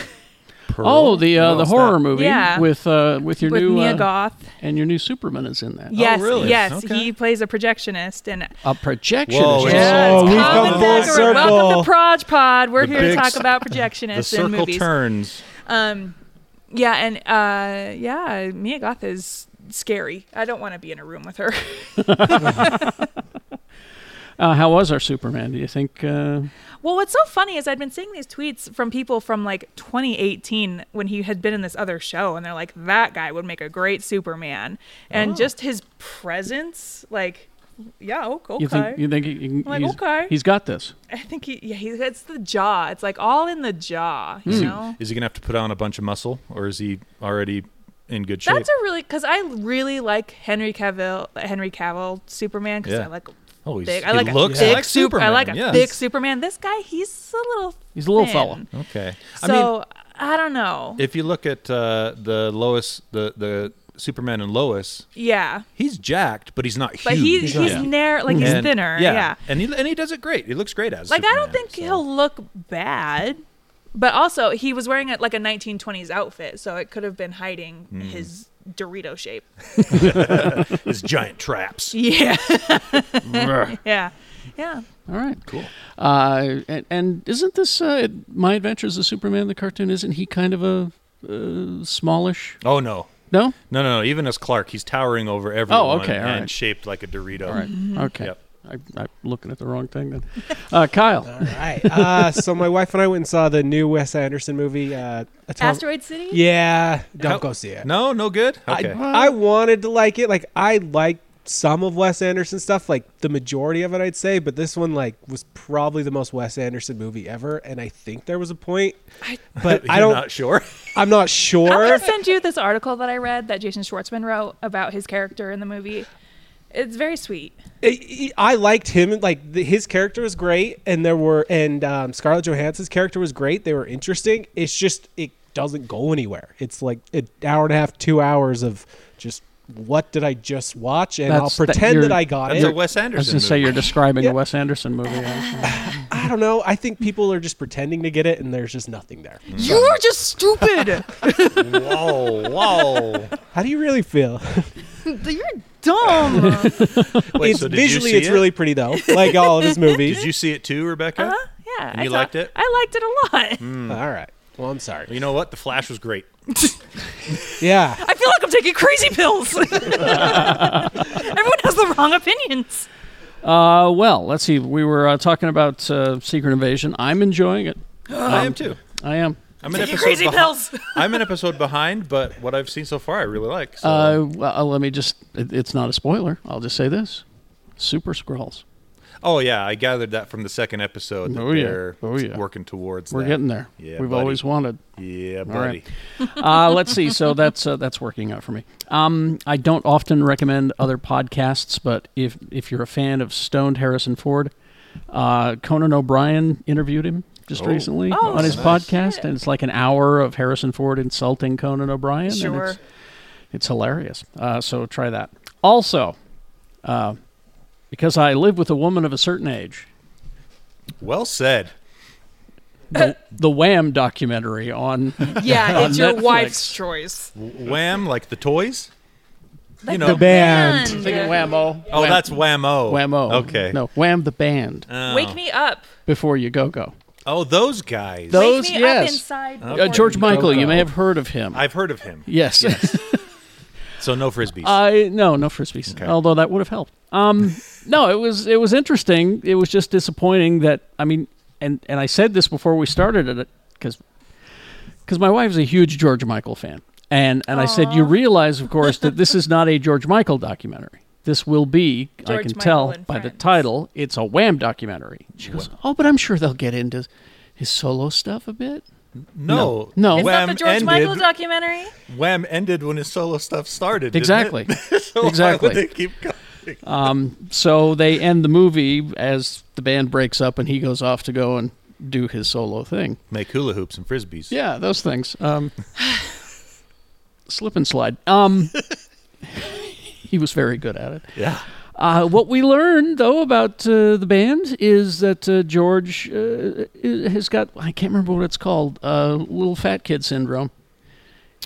S3: Oh, the uh, the
S5: it's
S3: horror
S5: that-
S3: movie
S4: Yeah.
S3: with uh, with your
S4: with
S3: new
S4: Mia
S3: uh,
S4: Goth.
S3: and your new Superman is in that.
S4: Yes,
S2: Oh, really?
S4: yes,
S2: Okay.
S4: he plays a projectionist, and
S3: A projectionist.
S2: Whoa, it's-
S4: yeah,
S6: Oh,
S4: it's
S6: we've
S4: Colin
S6: come full
S4: Thacker. Welcome
S6: circle.
S4: to Proj Pod. We're
S2: The
S4: here to
S2: big
S4: talk
S2: s-
S4: about
S2: The
S4: projectionists in
S2: circle
S4: movies.
S2: turns.
S4: Um, yeah, and uh, yeah, Mia Goth is scary. I don't want to be in a room with her.
S3: Uh, how was our Superman? Do you think? Uh,
S4: well, what's so funny is I'd been seeing these tweets from people from like 2018 when he had been in this other show, and they're like, "That guy would make a great Superman,"
S2: Oh.
S4: and just his presence, like, yeah, o- okay.
S3: You think? You think? You, you,
S4: I'm like,
S3: he's,
S4: okay.
S3: he's got this.
S4: I think he, yeah, he, it's the jaw. It's like all in the jaw,
S2: Hmm.
S4: you know.
S2: Is he gonna have to put on a bunch of muscle, or is he already in good shape?
S4: That's a really because I really like Henry Cavill, Henry Cavill Superman because
S2: Yeah.
S4: I like
S2: oh, he's,
S4: big. I
S2: he
S4: like
S2: looks
S4: a thick
S2: like
S4: Sup-
S2: Superman.
S4: I like a
S2: yes.
S4: thick Superman. This guy, he's a little.
S3: He's a little
S4: thin.
S3: fella.
S2: Okay. I mean,
S4: So I, don't know.
S2: if you look at uh, the Lois, the the Superman and Lois,
S4: yeah,
S2: he's jacked, but he's not huge.
S4: but he, he's
S2: Yeah.
S4: narrow, like he's
S2: And-
S4: thinner. Yeah.
S2: Yeah. And he and he does it great. He looks great as
S4: Like I
S2: Superman,
S4: don't think
S2: so.
S4: he'll look bad, but also he was wearing a, like a 1920s outfit, so it could have been hiding
S2: Hmm.
S4: his Dorito shape.
S2: his giant traps.
S4: Yeah. yeah. Yeah.
S3: All right. Cool. Uh, and, and isn't this uh, My Adventures of Superman the cartoon? Isn't he kind of a uh, smallish?
S2: Oh no.
S3: No.
S2: No, no, no. Even as Clark, he's towering over everyone
S3: Oh, okay, all
S2: and
S3: right.
S2: shaped like a Dorito.
S3: All right. Okay.
S2: Yep.
S3: I, I'm looking at the wrong thing then. Uh, Kyle.
S6: All right. Uh, so my wife and I went and saw the new Wes Anderson movie. Uh, Atom-
S4: Asteroid City.
S6: Yeah, don't
S2: How-
S6: go see it.
S2: No, no good. Okay.
S6: I, I wanted to like it. Like I liked some of Wes Anderson stuff, like the majority of it, I'd say. But this one, like, was probably the most Wes Anderson movie ever. And I think there was a point, but I
S2: You're
S6: don't.
S2: not sure.
S6: I'm not
S4: I'm
S6: sure.
S4: gonna send you this article that I read that Jason Schwartzman wrote about his character in the movie. It's very sweet.
S6: I I liked him. Like the, his character was great, and there were and um, Scarlett Johansson's character was great. They were interesting. It's just it doesn't go anywhere. It's like an hour and a half, two hours of just what did I just watch, and
S3: That's-
S6: I'll
S3: that
S6: pretend
S3: you're-
S6: that I got
S2: That's a
S6: it.
S2: Wes
S3: I was
S2: Anderson.
S3: going to say
S2: movie.
S3: you're describing
S6: Yeah.
S3: a Wes Anderson movie. I-
S6: I don't know. I think people are just pretending to get it, and there's just nothing there.
S2: Mm.
S4: You are just stupid.
S2: Whoa, whoa.
S6: How do you really feel?
S4: You're dumb.
S2: Wait,
S6: it's
S2: so did you
S6: visually,
S2: see
S6: it's
S2: it?
S6: really pretty though. Like all of his movies.
S2: Did you see it too, Rebecca?
S4: Uh-huh. Yeah.
S2: And
S4: I
S2: you
S4: thought-
S2: liked it? Mm.
S4: I liked it a lot.
S6: All right. Well, I'm sorry.
S2: You know what? The Flash was great.
S4: Uh-huh.
S6: Yeah.
S4: I feel like I'm taking crazy pills. Everyone has the wrong opinions.
S3: Uh, well, let's see. We were uh, talking about uh, Secret Invasion. I'm enjoying it.
S2: I am too.
S3: I am.
S2: I'm an
S4: Taking
S2: episode
S4: crazy
S2: behi-
S4: pills.
S2: I'm an episode behind, but what I've seen so far, I really like. So.
S3: Uh, well, let me just, it, it's not a spoiler. I'll just say this Super Scrolls.
S2: oh yeah, I gathered that from the second episode. That
S3: Oh, yeah.
S2: they're
S3: Oh, yeah.
S2: working towards.
S3: We're
S2: that.
S3: getting there.
S2: Yeah,
S3: We've
S2: buddy.
S3: always wanted.
S2: Yeah,
S3: All
S2: buddy.
S3: right. uh, let's see. So that's uh, that's working out for me. Um, I don't often recommend other podcasts, but if if you're a fan of stoned Harrison Ford, uh, Conan O'Brien interviewed him just recently
S4: Oh,
S3: on his
S4: nice.
S3: podcast,
S4: Shit.
S3: and it's like an hour of Harrison Ford insulting Conan O'Brien. and
S4: Sure.
S3: it's, it's hilarious. Uh, so try that. Also, uh, because I live with a woman of a certain age,
S2: Well said.
S3: the, the Wham documentary on
S4: Yeah,
S3: On
S4: it's your
S3: Netflix.
S4: wife's choice.
S2: Wham, like the toys. You
S4: Like
S2: know.
S6: The band.
S3: thinking Whammo.
S2: Oh, that's whammo.
S3: Whammo.
S2: Okay.
S3: No, Wham the band.
S2: Oh.
S4: Wake me up.
S3: before you go go.
S2: Oh, those guys.
S3: Tho- Those,
S4: Wake me
S3: yes.
S4: up inside.
S3: Uh,
S4: before
S3: George
S4: you-
S3: Michael,
S6: Go-Go.
S3: you may have heard of him.
S2: I've heard of him.
S3: yes.
S2: So no frisbees.
S3: I no, no frisbees. Although that would have helped. Um, no, it was it was interesting. It was just disappointing that I mean, and and I said this before we started it because because my wife's a huge George Michael fan, and and I said, you realize, of course, that this is not a George Michael documentary. This will be, I
S4: George
S3: can
S4: Michael
S3: tell
S4: and
S3: by the
S4: Friends.
S3: title, it's a Wham documentary. She goes, oh, but I'm sure they'll get into his solo stuff a bit.
S2: No,
S3: No.
S4: It's
S2: Wham
S4: not the George
S2: ended,
S4: Michael documentary.
S2: Wham ended when his solo stuff started. didn't
S3: Exactly.
S2: it? so
S3: Exactly.
S2: Why would they keep going?
S3: So they end the movie as the band breaks up and he goes off to go and do his solo thing.
S2: Make hula hoops and frisbees.
S3: Yeah, those things. Um, slip and slide. Um, he was very good at it.
S2: Yeah.
S3: Uh, what we learned, though, about uh, the band is that uh, George uh, i- has got, I can't remember what it's called, uh, little fat kid syndrome.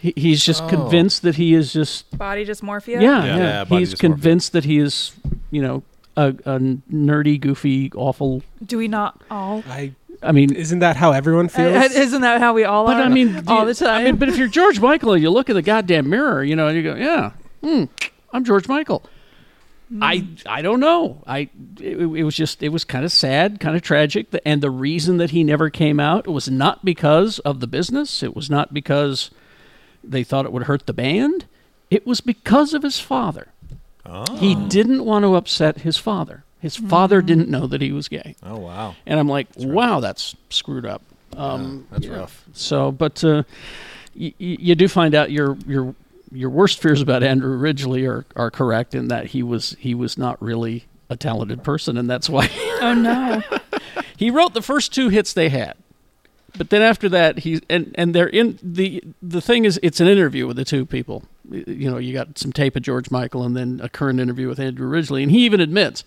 S3: He, he's just convinced that he is just,
S4: Body dysmorphia.
S3: yeah, yeah.
S2: Yeah, body
S3: he's
S2: dysmorphia.
S3: convinced that he is, you know, a, a nerdy, goofy, awful.
S4: Do we not all?
S6: I
S3: I mean,
S6: isn't that how everyone feels?
S4: Uh, Isn't that how we all
S3: But
S4: are?
S3: I mean, do
S4: all
S3: you-
S4: the time.
S3: I mean, but if you're George Michael, you look in the goddamn mirror, you know, and you go, "Yeah, hmm, I'm George Michael."
S4: Hmm.
S3: I I don't know. I it, it was just it was kind of sad, kind of tragic. The- And the reason that he never came out was not because of the business. It was not because they thought it would hurt the band. It was because of his father. He didn't want to upset his father. His father
S4: Hmm.
S3: didn't know that he was gay.
S2: Oh wow.
S3: And I'm like, wow, that's screwed up. Um,
S2: That's rough.
S3: so, but uh, y- y- you do find out your your your worst fears about Andrew Ridgely are, are correct in that he was he was not really a talented person, and that's why
S4: oh no.
S3: he wrote the first two hits they had. But then after that, he and and they're in the the thing is it's an interview with the two people. Y- You know, you got some tape of George Michael and then a current interview with Andrew Ridgely, and he even admits.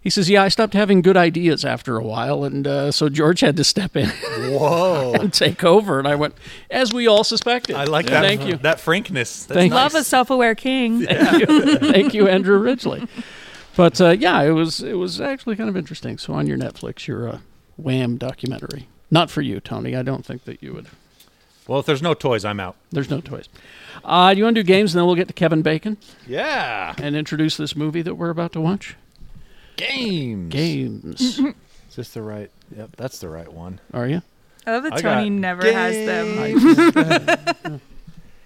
S3: He says, "Yeah, I stopped having good ideas after a while, and uh, so George had to step in."
S2: Whoa.
S3: and take over. And I went, as we all suspected.
S2: I like that.
S3: Thank you.
S2: That frankness. That's
S3: Thank you.
S4: Love a self-aware king.
S3: Thank you. Thank you, Andrew Ridgely. But uh, yeah, it was it was actually kind of interesting. So on your Netflix, your uh, Wham documentary. Not for you, Tony. I don't think that you would.
S2: Well, if there's no toys, I'm out.
S3: There's no toys. Uh, do you want to do games, and then we'll get to Kevin Bacon
S2: Yeah.
S3: and introduce this movie that we're about to watch?
S2: Games.
S3: Games.
S2: Is this the right? Yep, that's the right one.
S3: Are you?
S4: I love that
S2: I got
S4: Tony never has them.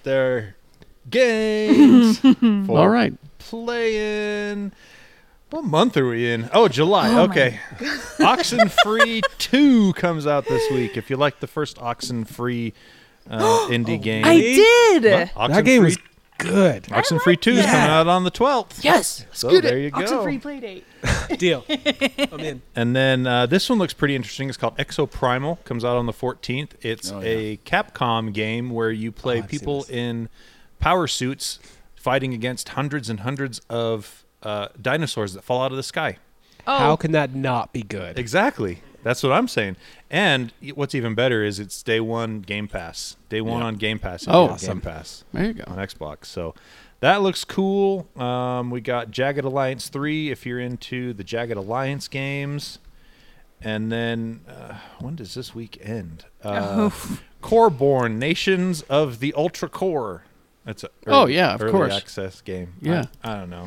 S2: They're games. for
S3: All right.
S2: Playing. What month are we in? Oh, July.
S4: Oh, my
S2: okay. Oxen Free 2 comes out this week. If you like the first Oxen Free uh, indie game,
S4: Oh, I did.
S6: that game was good.
S2: Oxen Free 2 is
S4: that.
S2: coming out on the 12th.
S4: Yes.
S2: So there you go.
S4: Oxenfree Playdate.
S6: Deal. I'm in.
S2: And then uh, this one looks pretty interesting. It's called Exoprimal. Comes out on the 14th. It's
S5: Oh, yeah.
S2: a Capcom game where you play
S6: Oh, I've seen
S2: people
S6: this.
S2: in power suits fighting against hundreds and hundreds of uh, dinosaurs that fall out of the sky.
S4: Oh,
S6: How can that not be good?
S2: Exactly. That's what I'm saying. And y- what's even better is it's day one Game Pass. Day one on Game Pass. if you
S3: Oh,
S2: have
S3: awesome.
S2: Game Pass
S3: There you go.
S2: on Xbox. So that looks cool. Um, we got Jagged Alliance 3 if you're into the Jagged Alliance games. And then uh, when does this week end? Uh,
S3: Oh.
S2: Coreborn Nations of the Ultra Core. That's a
S3: Oh,
S2: early-
S3: yeah, of
S2: early
S3: course.
S2: access game.
S3: Yeah.
S2: I, I don't know.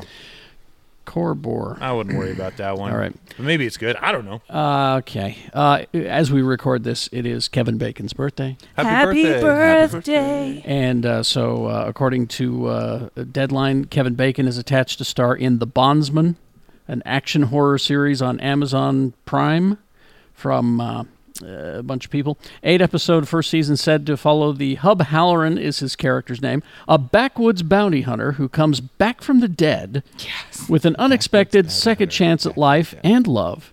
S3: Core bore.
S2: I wouldn't worry about that one.
S3: All right.
S2: But maybe it's good. I don't know.
S3: Uh, okay. Uh, as we record this, it is Kevin Bacon's birthday.
S2: Happy, birthday.
S4: birthday.
S3: And uh, so, uh, according to uh, Deadline, Kevin Bacon is attached to star in The Bondsman, an action horror series on Amazon Prime from uh, a bunch of people. Eight episode first season said to follow the Hub Halloran is his character's name, a backwoods bounty hunter who comes back from the dead with an unexpected second chance at life and love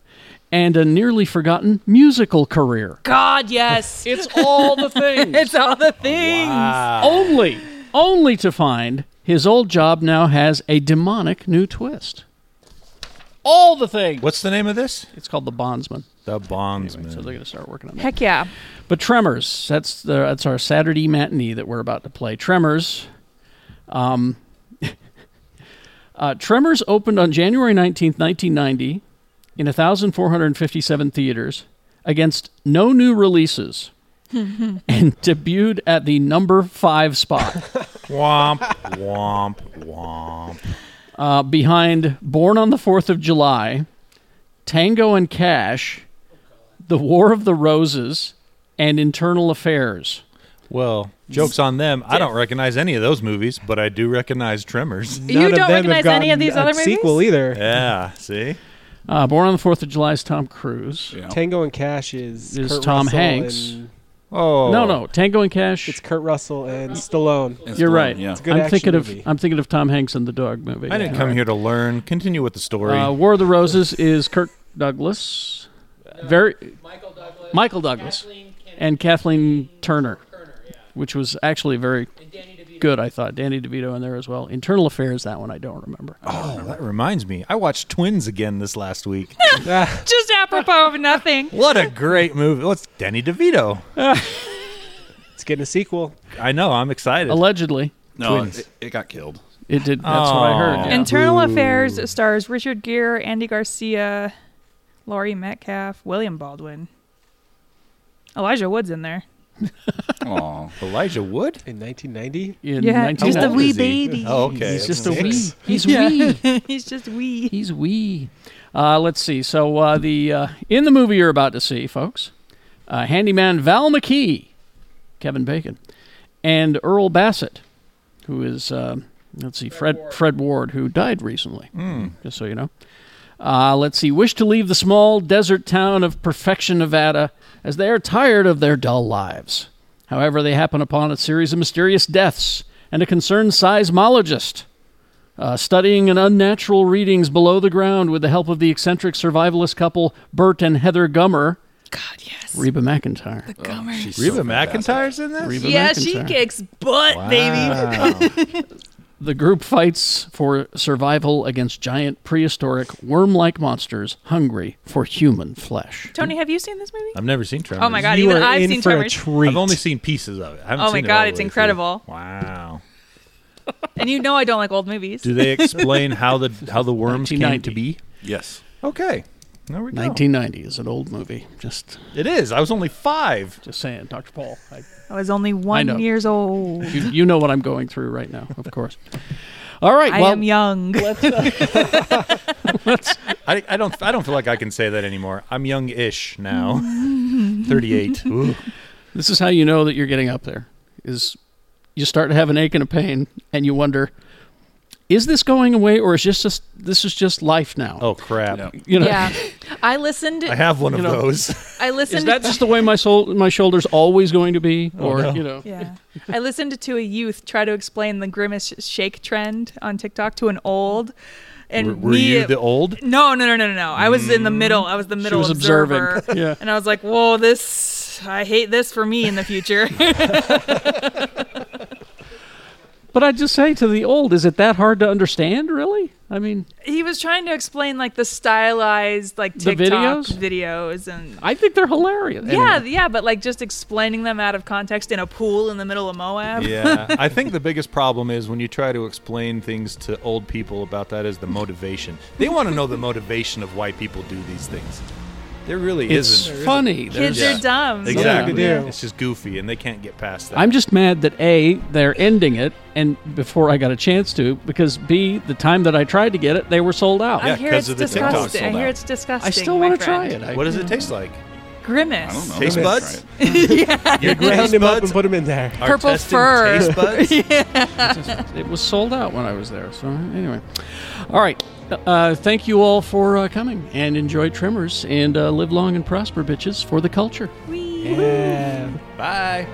S3: and a nearly forgotten musical career.
S4: God, yes.
S3: It's all the things.
S4: it's all the things.
S3: only only to find his old job now has a demonic new twist. All the things.
S2: What's the name of this?
S3: It's called The Bondsman.
S2: The Bondsman.
S3: So they're going to start working on that.
S4: Heck yeah.
S3: But Tremors, that's the that's our Saturday matinee that we're about to play. Tremors. Um, uh, Tremors opened on January 19th, 1990 in 1,457 theaters against no new releases and debuted at the number 5 spot.
S2: womp, womp, womp.
S3: uh, behind Born on the Fourth of July, Tango and Cash, The War of the Roses, and Internal Affairs.
S2: Well, jokes on them. I don't recognize any of those movies, but I do recognize Tremors.
S6: None
S4: you
S6: of
S4: don't
S6: them
S4: recognize
S6: have
S4: any of
S6: gotten
S4: these
S6: a
S4: other movies?
S6: sequel either.
S2: Yeah, see,
S3: Uh, Born on the Fourth of July is Tom Cruise.
S5: Yeah.
S6: Tango and Cash is
S3: Is
S6: Kurt
S3: Tom
S6: Russell
S3: Hanks.
S6: and-
S2: oh
S3: No, no, Tango and Cash.
S6: it's Kurt Russell and Stallone.
S5: And
S3: You're
S5: Stallone,
S3: right.
S5: Yeah.
S6: good
S3: I'm
S6: action
S3: thinking
S6: movie.
S3: of I'm thinking of Tom Hanks and the dog movie.
S2: I didn't come here to learn. Continue with the story.
S3: Uh, War of the Roses is Kirk Douglas. Very Michael Douglas and Kathleen Turner, which was actually very good. I thought Danny DeVito in there as well. Internal Affairs, that one I don't remember.
S2: oh, that reminds me. I watched Twins again this last week.
S4: Just apropos of nothing.
S2: what a great movie! What's Danny DeVito?
S6: It's getting a sequel.
S2: I know. I'm excited.
S3: Allegedly,
S5: No,
S2: Twins.
S5: it, it got killed.
S3: it did. That's what I heard.
S2: Aw.
S3: yeah.
S4: Internal Affairs stars Richard Gere, Andy Garcia, Laurie Metcalf, William Baldwin. Elijah Wood's in there.
S5: Aw.
S2: Elijah Wood.
S6: In 1990?
S3: In
S4: yeah, just a
S3: 1990.
S4: wee
S2: is he?
S4: baby.
S2: Oh, okay.
S3: He's just a wee.
S2: Six.
S3: He's
S4: Yeah.
S3: wee.
S4: He's just wee.
S3: He's wee. Uh, let's see. So uh, the uh, in the movie you're about to see, folks, uh, handyman Val McKee, Kevin Bacon, and Earl Bassett, who is um let's see, Fred Fred Ward, Hmm. who died recently. Just so you know. Uh, let's see. Wish to leave the small desert town of Perfection, Nevada, as they are tired of their dull lives. However, they happen upon a series of mysterious deaths and a concerned seismologist uh, studying an unnatural readings below the ground with the help of the eccentric survivalist couple Bert and Heather Gummer,
S4: God, yes.
S3: Reba McIntyre.
S5: She's so
S2: Reba
S5: fantastic.
S2: McIntyre's in this.
S3: Reba
S4: yeah, she
S3: McEntire.
S4: kicks butt, baby.
S3: The group fights for survival against giant prehistoric worm-like monsters hungry for human flesh.
S4: Tony, have you seen this movie?
S2: I've never seen Tremors.
S4: Oh my God,
S6: you
S4: even
S6: are
S4: I've
S6: in
S4: seen
S6: for
S4: Tremors.
S6: a treat.
S2: I've only seen pieces of it. I haven't
S4: Oh my
S2: seen it
S4: God,
S2: all the
S4: it's
S2: way through.
S4: incredible.
S2: Wow.
S4: And you know I don't like old movies.
S2: Do they explain how the how the worms came to
S3: 1990.
S2: be?
S5: Yes.
S2: Okay. There we go.
S3: 1990 is an old movie. Just,
S2: It is. I was only five.
S3: just saying, Dr. Paul. I,
S4: I was only
S3: know.
S4: one years old.
S3: you, you know what I'm going through right now, of course. All right.
S4: I
S3: well,
S4: am young.
S2: I, I don't I don't feel like I can say that anymore. I'm young-ish now. 38.
S3: This is how you know that you're getting up there. Is you start to have an ache and a pain, and you wonder, is this going away, or is just just this is just life now?
S2: Oh crap.
S5: Yeah.
S3: you know,
S4: yeah, I listened.
S2: I have one of
S3: know.
S2: those.
S4: I
S3: is
S4: listened.
S3: that just the way my soul, my shoulder's always going to be, or
S2: Oh, no.
S3: you know,
S4: yeah, I listened to a youth try to explain the grimace shake trend on TikTok to an old. And
S2: were were
S4: me,
S2: you the old?
S4: No, no, no, no, no, no. I was in the middle. I was the middle
S3: was observing.
S4: observer.
S3: Yeah.
S4: And I was like, whoa, this. I hate this for me in the future.
S3: But I just say to the old, is it that hard to understand? Really? I mean,
S4: he was trying to explain like the stylized like
S3: The
S4: TikTok
S3: videos?
S4: videos and
S3: I think they're hilarious.
S4: yeah,
S3: Anyway.
S4: yeah, but like just explaining them out of context in a pool in the middle of Moab.
S2: Yeah. I think the biggest problem is when you try to explain things to old people about that is the motivation. They want to know the motivation of why people do these things. There really
S3: it's
S2: isn't.
S3: funny.
S4: Kids
S3: There's-
S4: are dumb.
S2: Exactly.
S6: do.
S2: It's just goofy, and they can't get past that.
S3: I'm just mad that A, they're ending it, and before I got a chance to, because B, the time that I tried to get it, they were sold out.
S4: I
S2: Yeah,
S4: hear
S2: 'cause
S4: it's
S2: of the TikTok
S4: disgusting. I
S5: sold
S4: hear
S5: out.
S4: it's disgusting.
S3: I still
S4: want to
S3: try it. I,
S2: what does it taste like?
S4: Grimace.
S5: I don't know.
S2: Taste
S5: Maybe I'll
S2: buds?
S5: try it.
S2: Your
S6: Round
S2: taste
S6: him up and
S2: buds
S6: put him in there.
S2: are
S4: Purple
S2: testing
S4: fur.
S2: Taste buds?
S3: it was sold out when I was there. So anyway, all right. Uh, thank you all for uh, coming and enjoy Tremors and uh, live long and prosper, bitches, for the culture.
S4: Whee.
S6: Yeah.
S2: Bye.